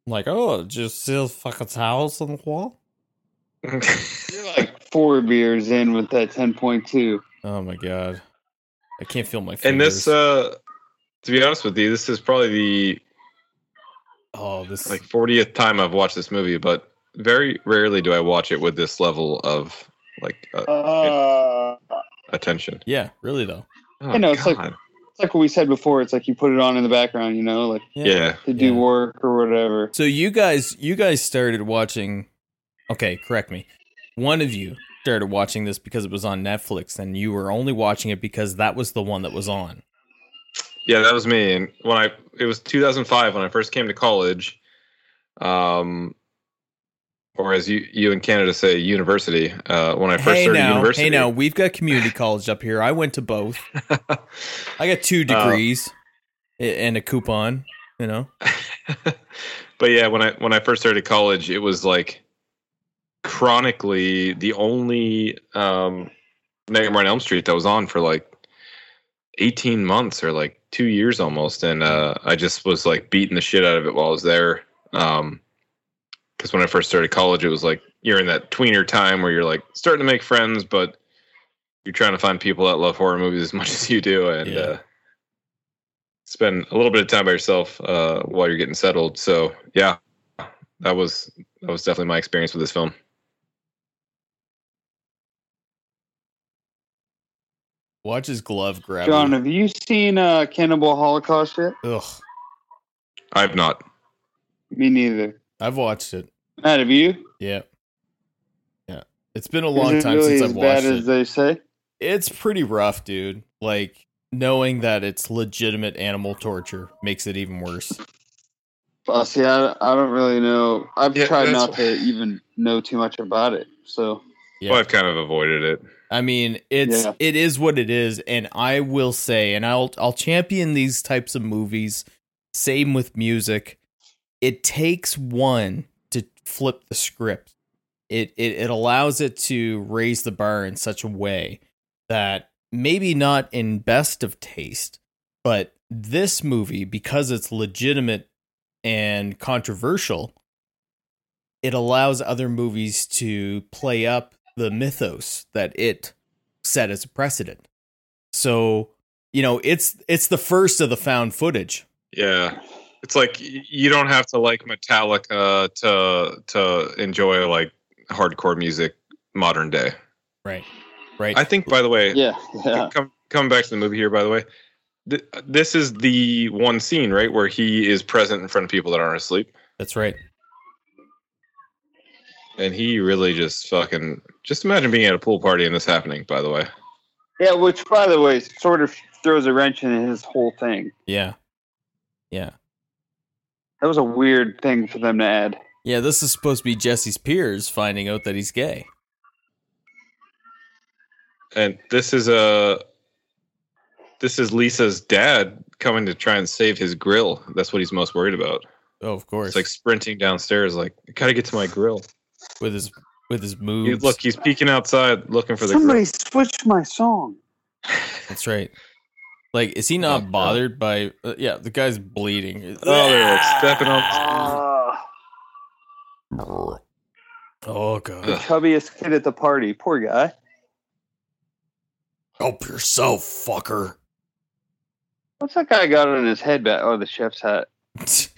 D: I'm like, oh, just still fucking towels on the wall.
C: You're like four beers in with that 10.2.
D: Oh my god, I can't feel my
A: and
D: fingers.
A: this, uh, to be honest with you, this is probably the
D: oh, this
A: uh, like 40th time I've watched this movie, but very rarely do I watch it with this level of like uh,
C: Uh,
A: attention.
D: yeah, really though.
A: Oh,
C: I know, it's like-
A: God.
C: it's like what we said before. It's like you put it on in the background, you know, like
A: yeah.
C: to do
D: Yeah.
C: work or whatever.
D: So you guys, you guys started watching. Okay, correct me. One of you started watching this because it was on Netflix, and you were only watching it because that was the one that was on.
A: Yeah, that was me. And when I it was 2005 when I first came to college, um, or as you you in Canada say, university. Uh, when I first
D: hey
A: started
D: now,
A: university,
D: hey now, we've got community college up here. I went to both. I got two
A: Uh,
D: degrees a- and a coupon. You know.
A: but yeah, when I when I first started college, it was like chronically the only um, Nightmare on Elm Street that was on for like 18 months or like two years almost, and uh, I just was like beating the shit out of it while I was there. Um, because when I first started college, it was like you're in that tweener time where you're like starting to make friends, but you're trying to find people that love horror movies as much as you do, and
D: Yeah.
A: uh, spend a little bit of time by yourself uh, while you're getting settled. So yeah, that was that was definitely my experience with this film.
D: Watch his glove grab.
C: John,
D: you.
C: have you seen uh, Cannibal Holocaust yet?
D: Ugh,
A: I've not.
C: Me neither.
D: I've watched it.
C: Matt, have you?
D: Yeah, yeah. It's been a
C: Is
D: long
C: it
D: time
C: really
D: since
C: as
D: I've watched
C: bad
D: it.
C: as they say.
D: it's pretty rough, dude. Like knowing that it's legitimate animal torture makes it even worse.
C: Uh, see, I, I don't really know. I've
A: Yeah,
C: tried
A: that's-
C: not to even know too much about it. So
D: Yeah.
A: Well, I've kind of avoided it.
D: I mean, it's
C: Yeah.
D: it is what it is, and I will say, and I'll I'll champion these types of movies. Same with music. It takes one to flip the script. It it, it allows it to raise the bar in such a way that maybe not in best of taste, but this movie, because it's legitimate and controversial, it allows other movies to play up the mythos that it set as a precedent. So, you know, it's it's the first of the found footage.
A: Yeah, it's like y- you don't have to like Metallica to to enjoy like hardcore music modern day.
D: Right. Right.
A: I think, by the way,
C: yeah, yeah.
A: come coming back to the movie here. By the way, th- this is the one scene right where he is present in front of people that aren't asleep.
D: That's right.
A: And he really just fucking just imagine being at a pool party and this happening, by the way.
C: Yeah, which by the way sort of throws a wrench in his whole thing.
D: Yeah. Yeah.
C: That was a weird thing for them to add.
D: Yeah, this is supposed to be Jesse's peers finding out that he's gay.
A: And this is a this is uh, Lisa's dad coming to try and save his grill. That's what he's most worried about.
D: Oh, of course.
A: It's like sprinting downstairs, like I gotta get to my grill.
D: with his with his
A: He-
D: moves.
A: look, he's peeking outside looking for the
C: Somebody
A: grill.
C: switched my song.
D: That's right. Like, is he
A: Oh,
D: not
A: no.
D: bothered by? Uh, yeah, the guy's bleeding.
A: Oh, they're like stepping
D: Ah.
A: on.
C: Uh,
D: Oh
C: the
D: god.
C: chubbiest kid at the party. Poor guy.
G: Help yourself, fucker.
C: What's that guy got on his head back? Oh, the chef's hat.
A: He's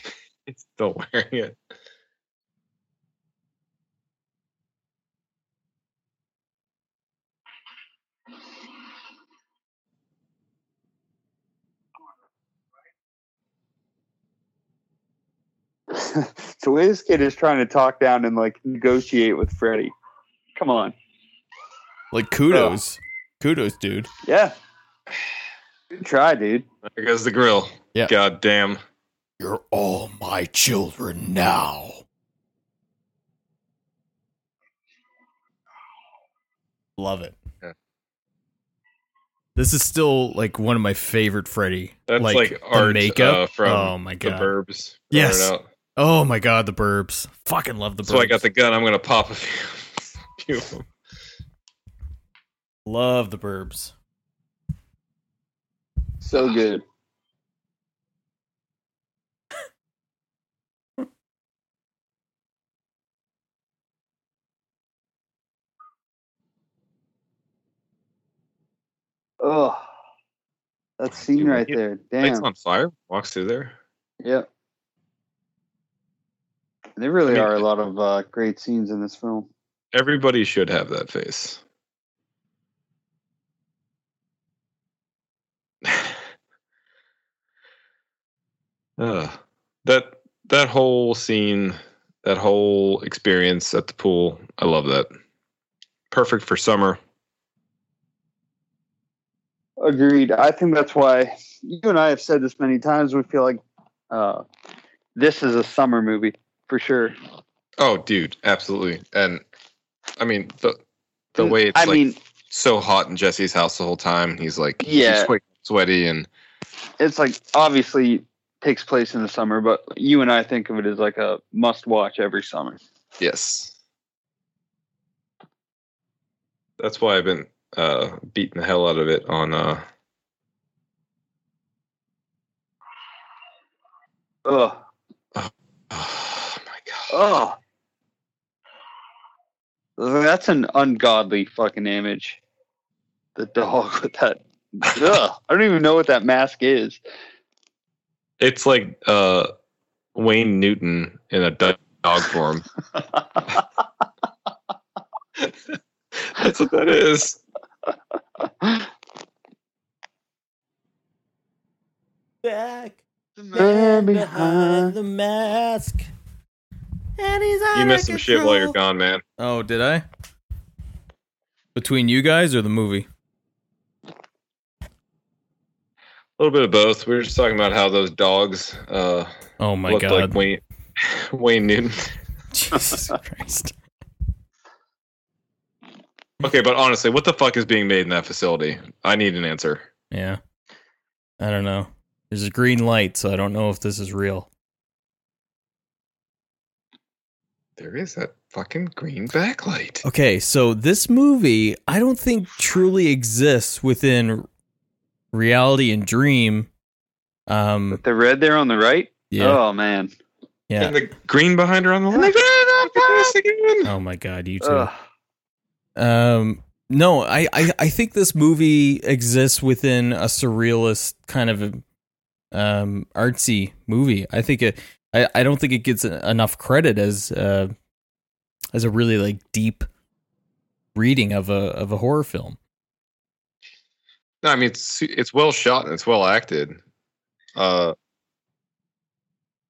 A: still wearing it.
C: the way this kid is trying to talk down and like negotiate with Freddy. Come on.
D: Like kudos, kudos, dude.
C: Yeah. Good try, dude.
A: There goes the grill.
D: Yeah.
A: God damn.
G: You're all my children now.
D: Love it.
A: Yeah.
D: This is still like one of my favorite Freddy.
A: That's like, art uh, from
D: oh my god.
A: the Burbs.
D: Yes.
A: Brought it out.
D: Oh my god, the burbs. Fucking love the burbs.
A: So I got the gun. I'm gonna pop a few. few of 'em.
D: love the burbs.
C: So good. Oh, that scene
A: Dude,
C: right
A: he-
C: there.
A: Lights
C: Damn.
A: on fire. Walks through there.
C: Yep. There really
A: I mean-
C: are a lot of uh, great scenes in this film.
A: Everybody should have that face. Ugh. that that whole scene, that whole experience at the pool, I love that. Perfect for summer.
C: Agreed. I think that's why you and I have said this many times. We feel like uh, this is a summer movie for sure.
A: Oh, dude, absolutely. And I mean the the way it's
C: I
A: like
C: mean,
A: so hot in Jesse's house the whole time. He's like
C: Yeah.
A: he's like sweaty and
C: it's like obviously takes place in the summer, but you and I think of it as like a must watch every summer.
A: Yes. That's why I've been uh, beating the hell out of it on. Uh,
C: Ugh.
A: oh my god!
C: Ugh. That's an ungodly fucking image. The dog with that. Ugh. I don't even know what that mask is.
A: It's like uh, Wayne Newton in a do- dog form. That's what that is.
D: Back
C: Man behind
D: the mask. And he's
A: You missed some shit while you're gone, man.
D: Oh, did I? Between you guys or the movie?
A: A little bit of both. We were just talking about how those dogs uh,
D: Oh my
A: looked
D: god.
A: like Wayne Wayne Newton.
D: Jesus Christ.
A: Okay, but honestly, what the fuck is being made in that facility? I need an answer.
D: Yeah. I don't know. There's a green light, so I don't know if this is real.
A: There is that fucking green backlight.
D: Okay, so this movie I don't think truly exists within reality and dream. Um
C: With the red there on the right?
D: yeah,
C: Oh man.
D: yeah.
A: And the green behind her on the
C: And the
A: left.
C: green on
A: Look at this again.
D: Oh my god, you too.
C: Ugh.
D: Um, no, I, I, I think this movie exists within a surrealist kind of um, artsy movie. I think it, I, I don't think it gets enough credit as uh, as a really like deep reading of a of a horror film.
A: No, I mean it's it's well shot and it's well acted. Uh,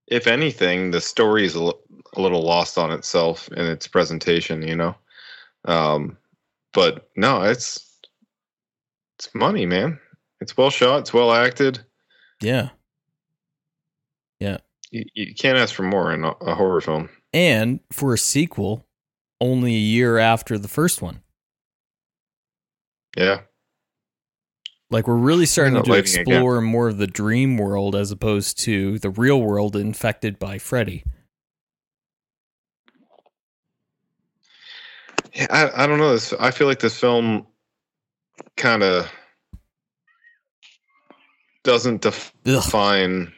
A: if anything, the story is a, li- a little lost on itself in its presentation, you know. Um, but no, it's it's money, man. It's well shot. It's well acted.
D: Yeah,
A: You, you can't ask for more in a, a horror film.
D: and for a sequel, only a year after the first one.
A: Yeah.
D: Like we're really starting
A: not
D: to
A: living again.
D: explore more of the dream world as opposed to the real world infected by Freddy.
A: Oh. Yeah, I, I don't know. This I feel like this film kind of doesn't def-
D: Ugh.
A: define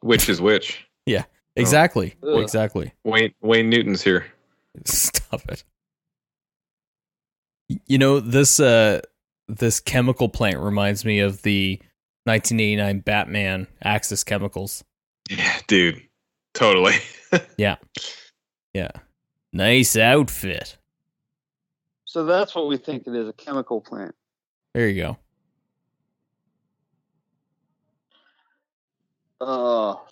A: which is which.
D: Exactly.
A: Ugh.
D: Exactly.
A: Wayne Wayne Newton's here.
D: Stop it. You know this uh this chemical plant reminds me of the 1989 Batman Axis Chemicals.
A: Yeah, dude, totally.
D: Yeah. Nice outfit.
C: So that's what we think it is—a chemical plant.
D: There you go.
C: Oh,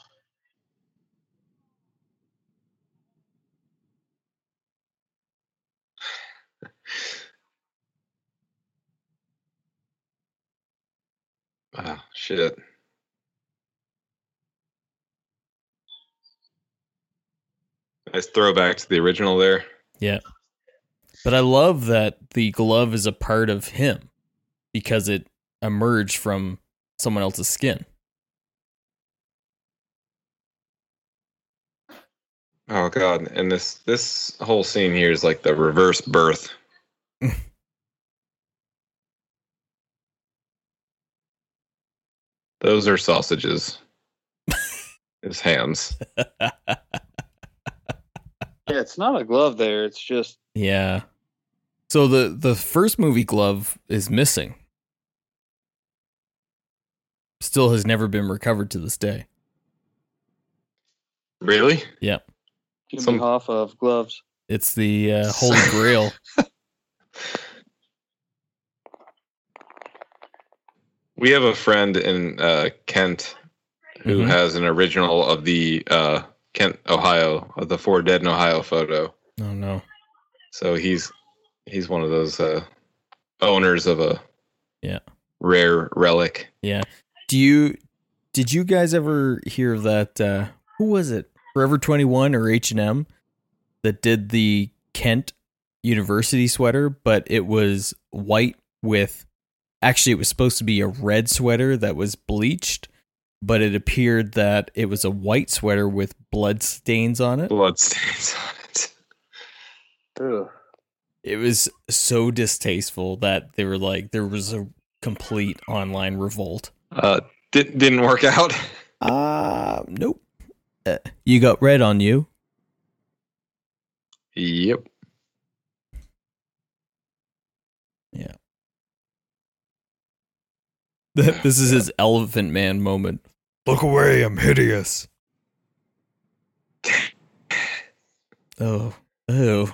A: Oh shit. Nice throwback to the original there.
D: But I love that the glove is a part of him because it emerged from someone else's skin.
A: Oh god, and this this whole scene here is like the reverse birth. Those are sausages. His hands.
C: yeah, it's not a glove there. It's just
D: Yeah. So the the first movie glove is missing. Still has never been recovered to this day.
A: Really?
C: Jimmy
A: Some-
C: Hoffa of gloves.
D: It's the uh, holy grail.
A: We have a friend in uh, Kent who
D: Mhm.
A: has an original of the uh, Kent, Ohio, of the Four Dead in Ohio photo.
D: Oh no.
A: So he's he's one of those uh, owners of a
D: Yeah.
A: rare relic.
D: Do you did you guys ever hear of that uh who was it? Forever 21 or H&M that did the Kent University sweater, but it was white with actually it was supposed to be a red sweater that was bleached, but it appeared that it was a white sweater with blood stains on it.
A: Blood stains on it.
C: Ugh.
D: It was so distasteful that they were like there was a complete online revolt.
A: Uh, didn't didn't work out.
D: Uh, nope. Uh, you got red on you.
A: yep.
D: this is his elephant man moment. Look away, I'm hideous. Oh, oh.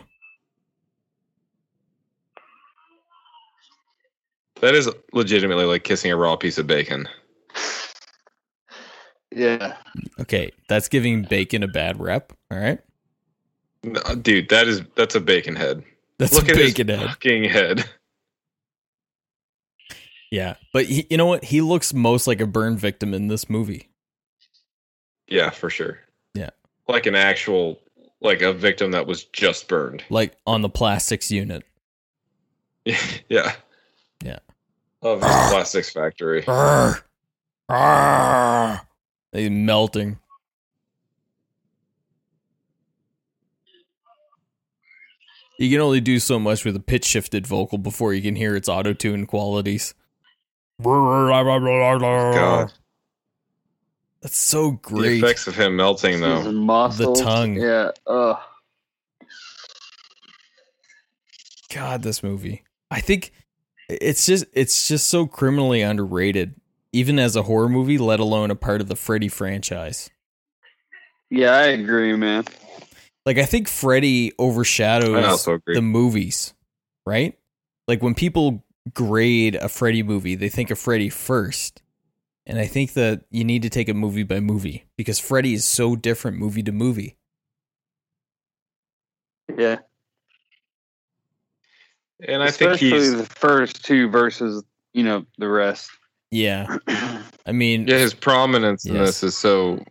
A: That is legitimately like kissing a raw piece of bacon.
C: Yeah.
D: Okay, that's giving bacon a bad rep. All right.
A: No, uh, dude, that is that's a bacon head.
D: That's
A: Look
D: a
A: at
D: bacon
A: his
D: head.
A: fucking head.
D: Yeah. But he, you know what? He looks most like a burn victim in this movie.
A: Yeah, for sure.
D: Yeah.
A: Like an actual like a victim that was just burned.
D: Like on the plastics unit.
A: yeah.
D: Yeah.
A: Of the plastics factory.
G: Arr. Arr.
D: He's melting. You can only do so much with a pitch shifted vocal before you can hear its auto tune qualities.
A: God.
D: That's so
A: The
D: great.
A: effects of him melting
C: His
A: though.
C: muscles.
D: tongue.
C: Yeah. Ugh.
D: God, this movie. I think it's just it's just so criminally underrated, even as a horror movie, let alone a part of the Freddy franchise.
C: Yeah, I agree, man.
D: Like I think Freddy
A: I
D: overshadows
A: also agree.
D: the movies, right? Like when people grade a Freddy movie, they think of Freddy first. And I think that you need to take it movie by movie because Freddy is so different movie to movie.
C: Yeah.
A: and I think
C: Especially
A: he's
C: the first two versus you know the rest.
D: Yeah. I mean,
A: yeah, his prominence in
D: Yes.
A: this is so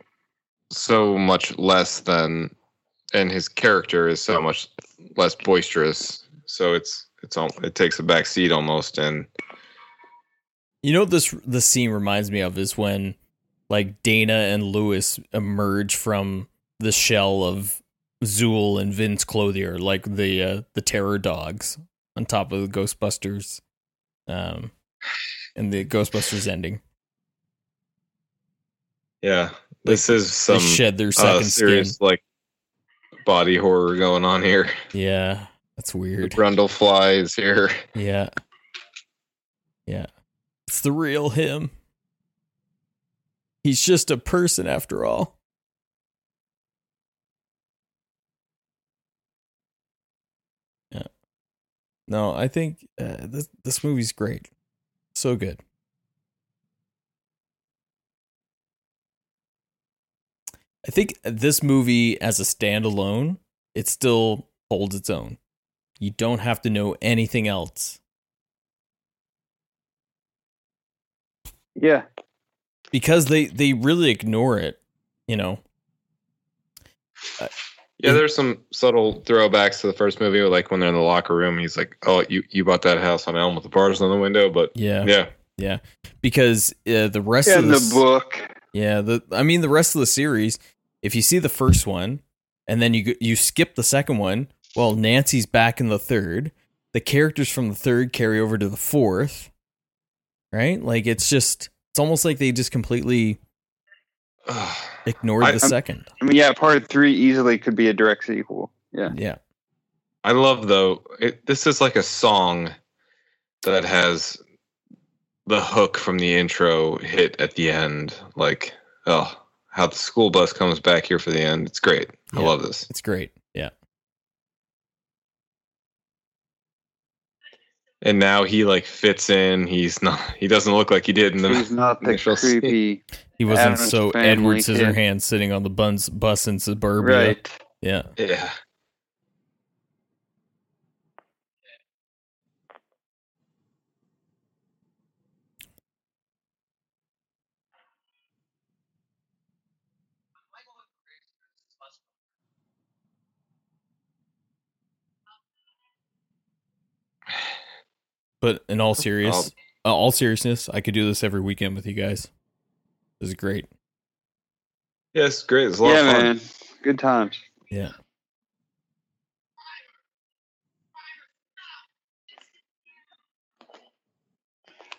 A: so much less than and his character is so much less boisterous. So it's it's al- it takes a back seat almost and
D: You know what this the scene reminds me of is when like Dana and Lewis emerge from the shell of Zool and Vince Clothier, like the uh, the terror dogs on top of the Ghostbusters um and the Ghostbusters ending.
A: Yeah, this is some
D: they shed their
A: uh,
D: second skin.
A: serious like body horror going on here.
D: Yeah, that's
A: The
D: weird.
A: Brundle fly is here.
D: Yeah. Yeah. It's the real him. He's just a person after all. Yeah. No, I think uh, this this movie's great. So good. I think this movie as a standalone, it still holds its own. You don't have to know anything else
C: Yeah.
D: because they they really ignore it. You know,
A: Yeah, there's some subtle throwbacks to the first movie, like when they're in the locker room, he's like, "Oh, you you bought that house on Elm with the bars on the window," but
D: yeah,
A: yeah,
D: because uh, the rest of
C: In
D: the,
C: the
D: s-
C: book.
D: yeah, the I mean the rest of the series. If you see the first one and then you go- you skip the second one, well, Nancy's back in the third. The characters from the third carry over to the fourth, right? Like it's just it's almost like they just completely ignored
C: I-
D: the
C: I'm-
D: second.
C: I mean, yeah, part three easily could be a direct sequel. Yeah.
D: Yeah,
A: I love though. It, this is like a song that has the hook from the intro hit at the end. Like, oh, how the school bus comes back here for the end. It's great. I
D: Yeah.
A: love this.
D: it's great. Yeah,
A: And now he like fits in. He's not. He doesn't look like he did in
C: He's
A: the.
C: not the
A: Initial scene.
C: creepy.
D: he wasn't
C: Adam's
D: so
C: family
D: Edward
C: kid.
D: Scissorhands sitting on the buns, bus in suburbia.
C: Right.
D: Yeah.
A: Yeah.
D: But in all serious, uh, all seriousness, I could do this every weekend with you guys. This is great.
A: Yeah, it's great. It's a lot
C: Yeah,
A: of fun.
C: man. Good times.
D: Yeah.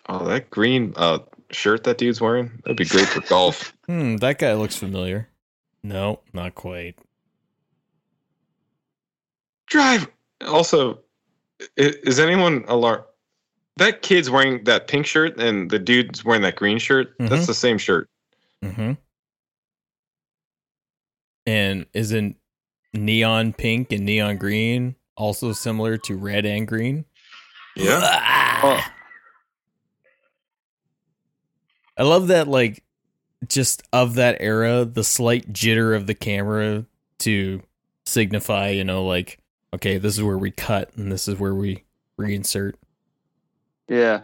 A: Oh, that green uh, shirt that dude's wearing. That'd be great for golf.
D: Hmm, that guy looks familiar. No, not quite.
A: Drive. Also, i- is anyone alarmed? That kid's wearing that pink shirt, and the dude's wearing that green shirt.
D: Mhm.
A: That's the same shirt.
D: Mm-hmm. And isn't neon pink and neon green also similar to red and green?
A: Yeah.
C: Oh,
D: I love that, like, just of that era, the slight jitter of the camera to signify, you know, like, okay, this is where we cut and this is where we reinsert.
C: yeah.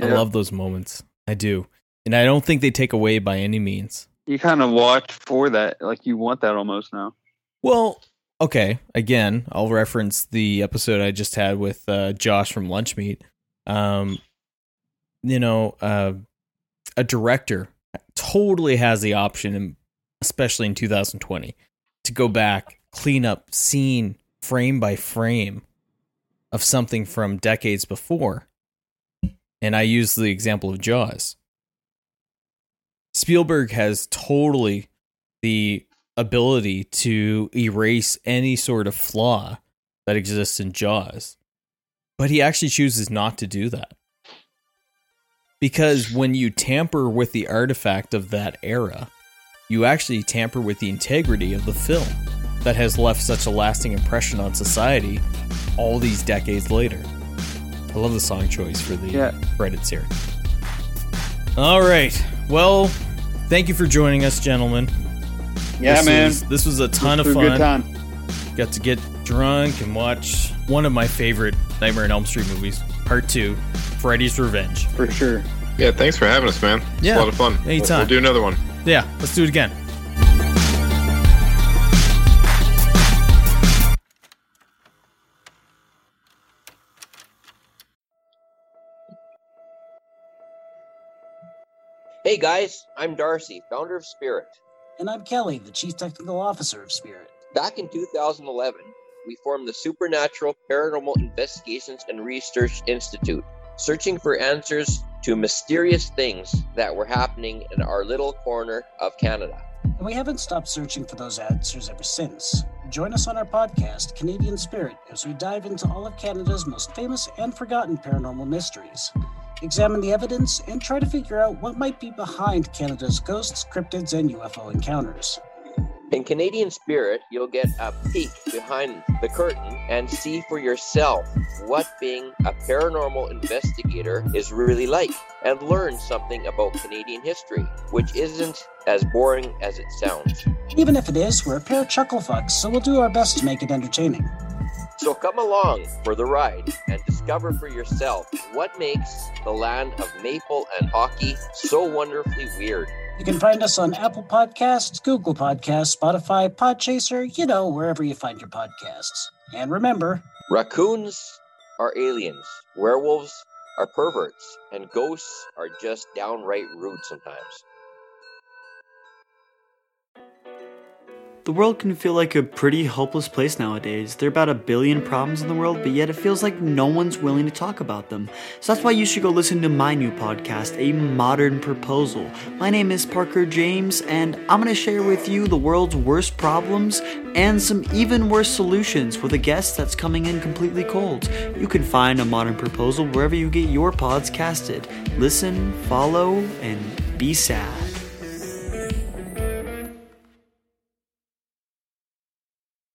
D: I
C: Yeah.
D: love those moments. I do. And I don't think they take away by any means.
C: You kind of watch for that. Like, you want that almost now.
D: Well, okay. Again, I'll reference the episode I just had with uh, Josh from Lunch Meat. Um, you know, uh, a director totally has the option, and especially in 2020, to go back, clean up scene frame by frame of something from decades before. And I use the example of Jaws. Spielberg has totally the ability to erase any sort of flaw that exists in Jaws. But he actually chooses not to do that. Because when you tamper with the artifact of that era, you actually tamper with the integrity of the film that has left such a lasting impression on society all these decades later. I love the song choice for the
C: Yeah.
D: credits here. All right. Well, thank you for joining us, gentlemen. This was- this was a ton of
C: It was a
D: fun.
C: Good time.
D: Got to get drunk and watch one of my favorite Nightmare on Elm Street movies, Part Two, Freddy's Revenge.
C: For sure.
A: Yeah, thanks for having us, man. It's
D: Yeah.
A: a lot of fun. We'll-
D: Anytime.
A: We'll do another one.
D: Yeah, let's do it again.
K: Hey guys, I'm Darcy, founder of Spirit.
L: And I'm Kelly, the Chief Technical Officer of Spirit.
K: Back in 2011, we formed the Supernatural Paranormal Investigations and Research Institute, searching for answers to mysterious things that were happening in our little corner of Canada.
L: And we haven't stopped searching for those answers ever since. Join us on our podcast, Canadian Spirit, as we dive into all of Canada's most famous and forgotten paranormal mysteries. Examine the evidence and try to figure out what might be behind Canada's ghosts, cryptids, and UFO encounters.
K: In Canadian Spirit, you'll get a peek behind the curtain and see for yourself what being a paranormal investigator is really like and learn something about Canadian history, which isn't as boring as it sounds.
L: Even if it is, we're a pair of chuckle fucks, so we'll do our best to make it entertaining.
K: So come along for the ride and discover for yourself what makes the land of maple and hockey so wonderfully weird.
L: You can find us on Apple Podcasts, Google Podcasts, Spotify, Podchaser, you know, wherever you find your podcasts. And remember,
K: Raccoons are aliens, werewolves are perverts, and ghosts are just downright rude sometimes.
M: The world can feel like a pretty helpless place nowadays. There are about a billion problems in the world, but yet it feels like no one's willing to talk about them. So that's why you should go listen to my new podcast, A Modern Proposal. My name is Parker James, and I'm going to share with you the world's worst problems and some even worse solutions with a guest that's coming in completely cold. You can find A Modern Proposal wherever you get your pods casted. Listen, follow, and be sad.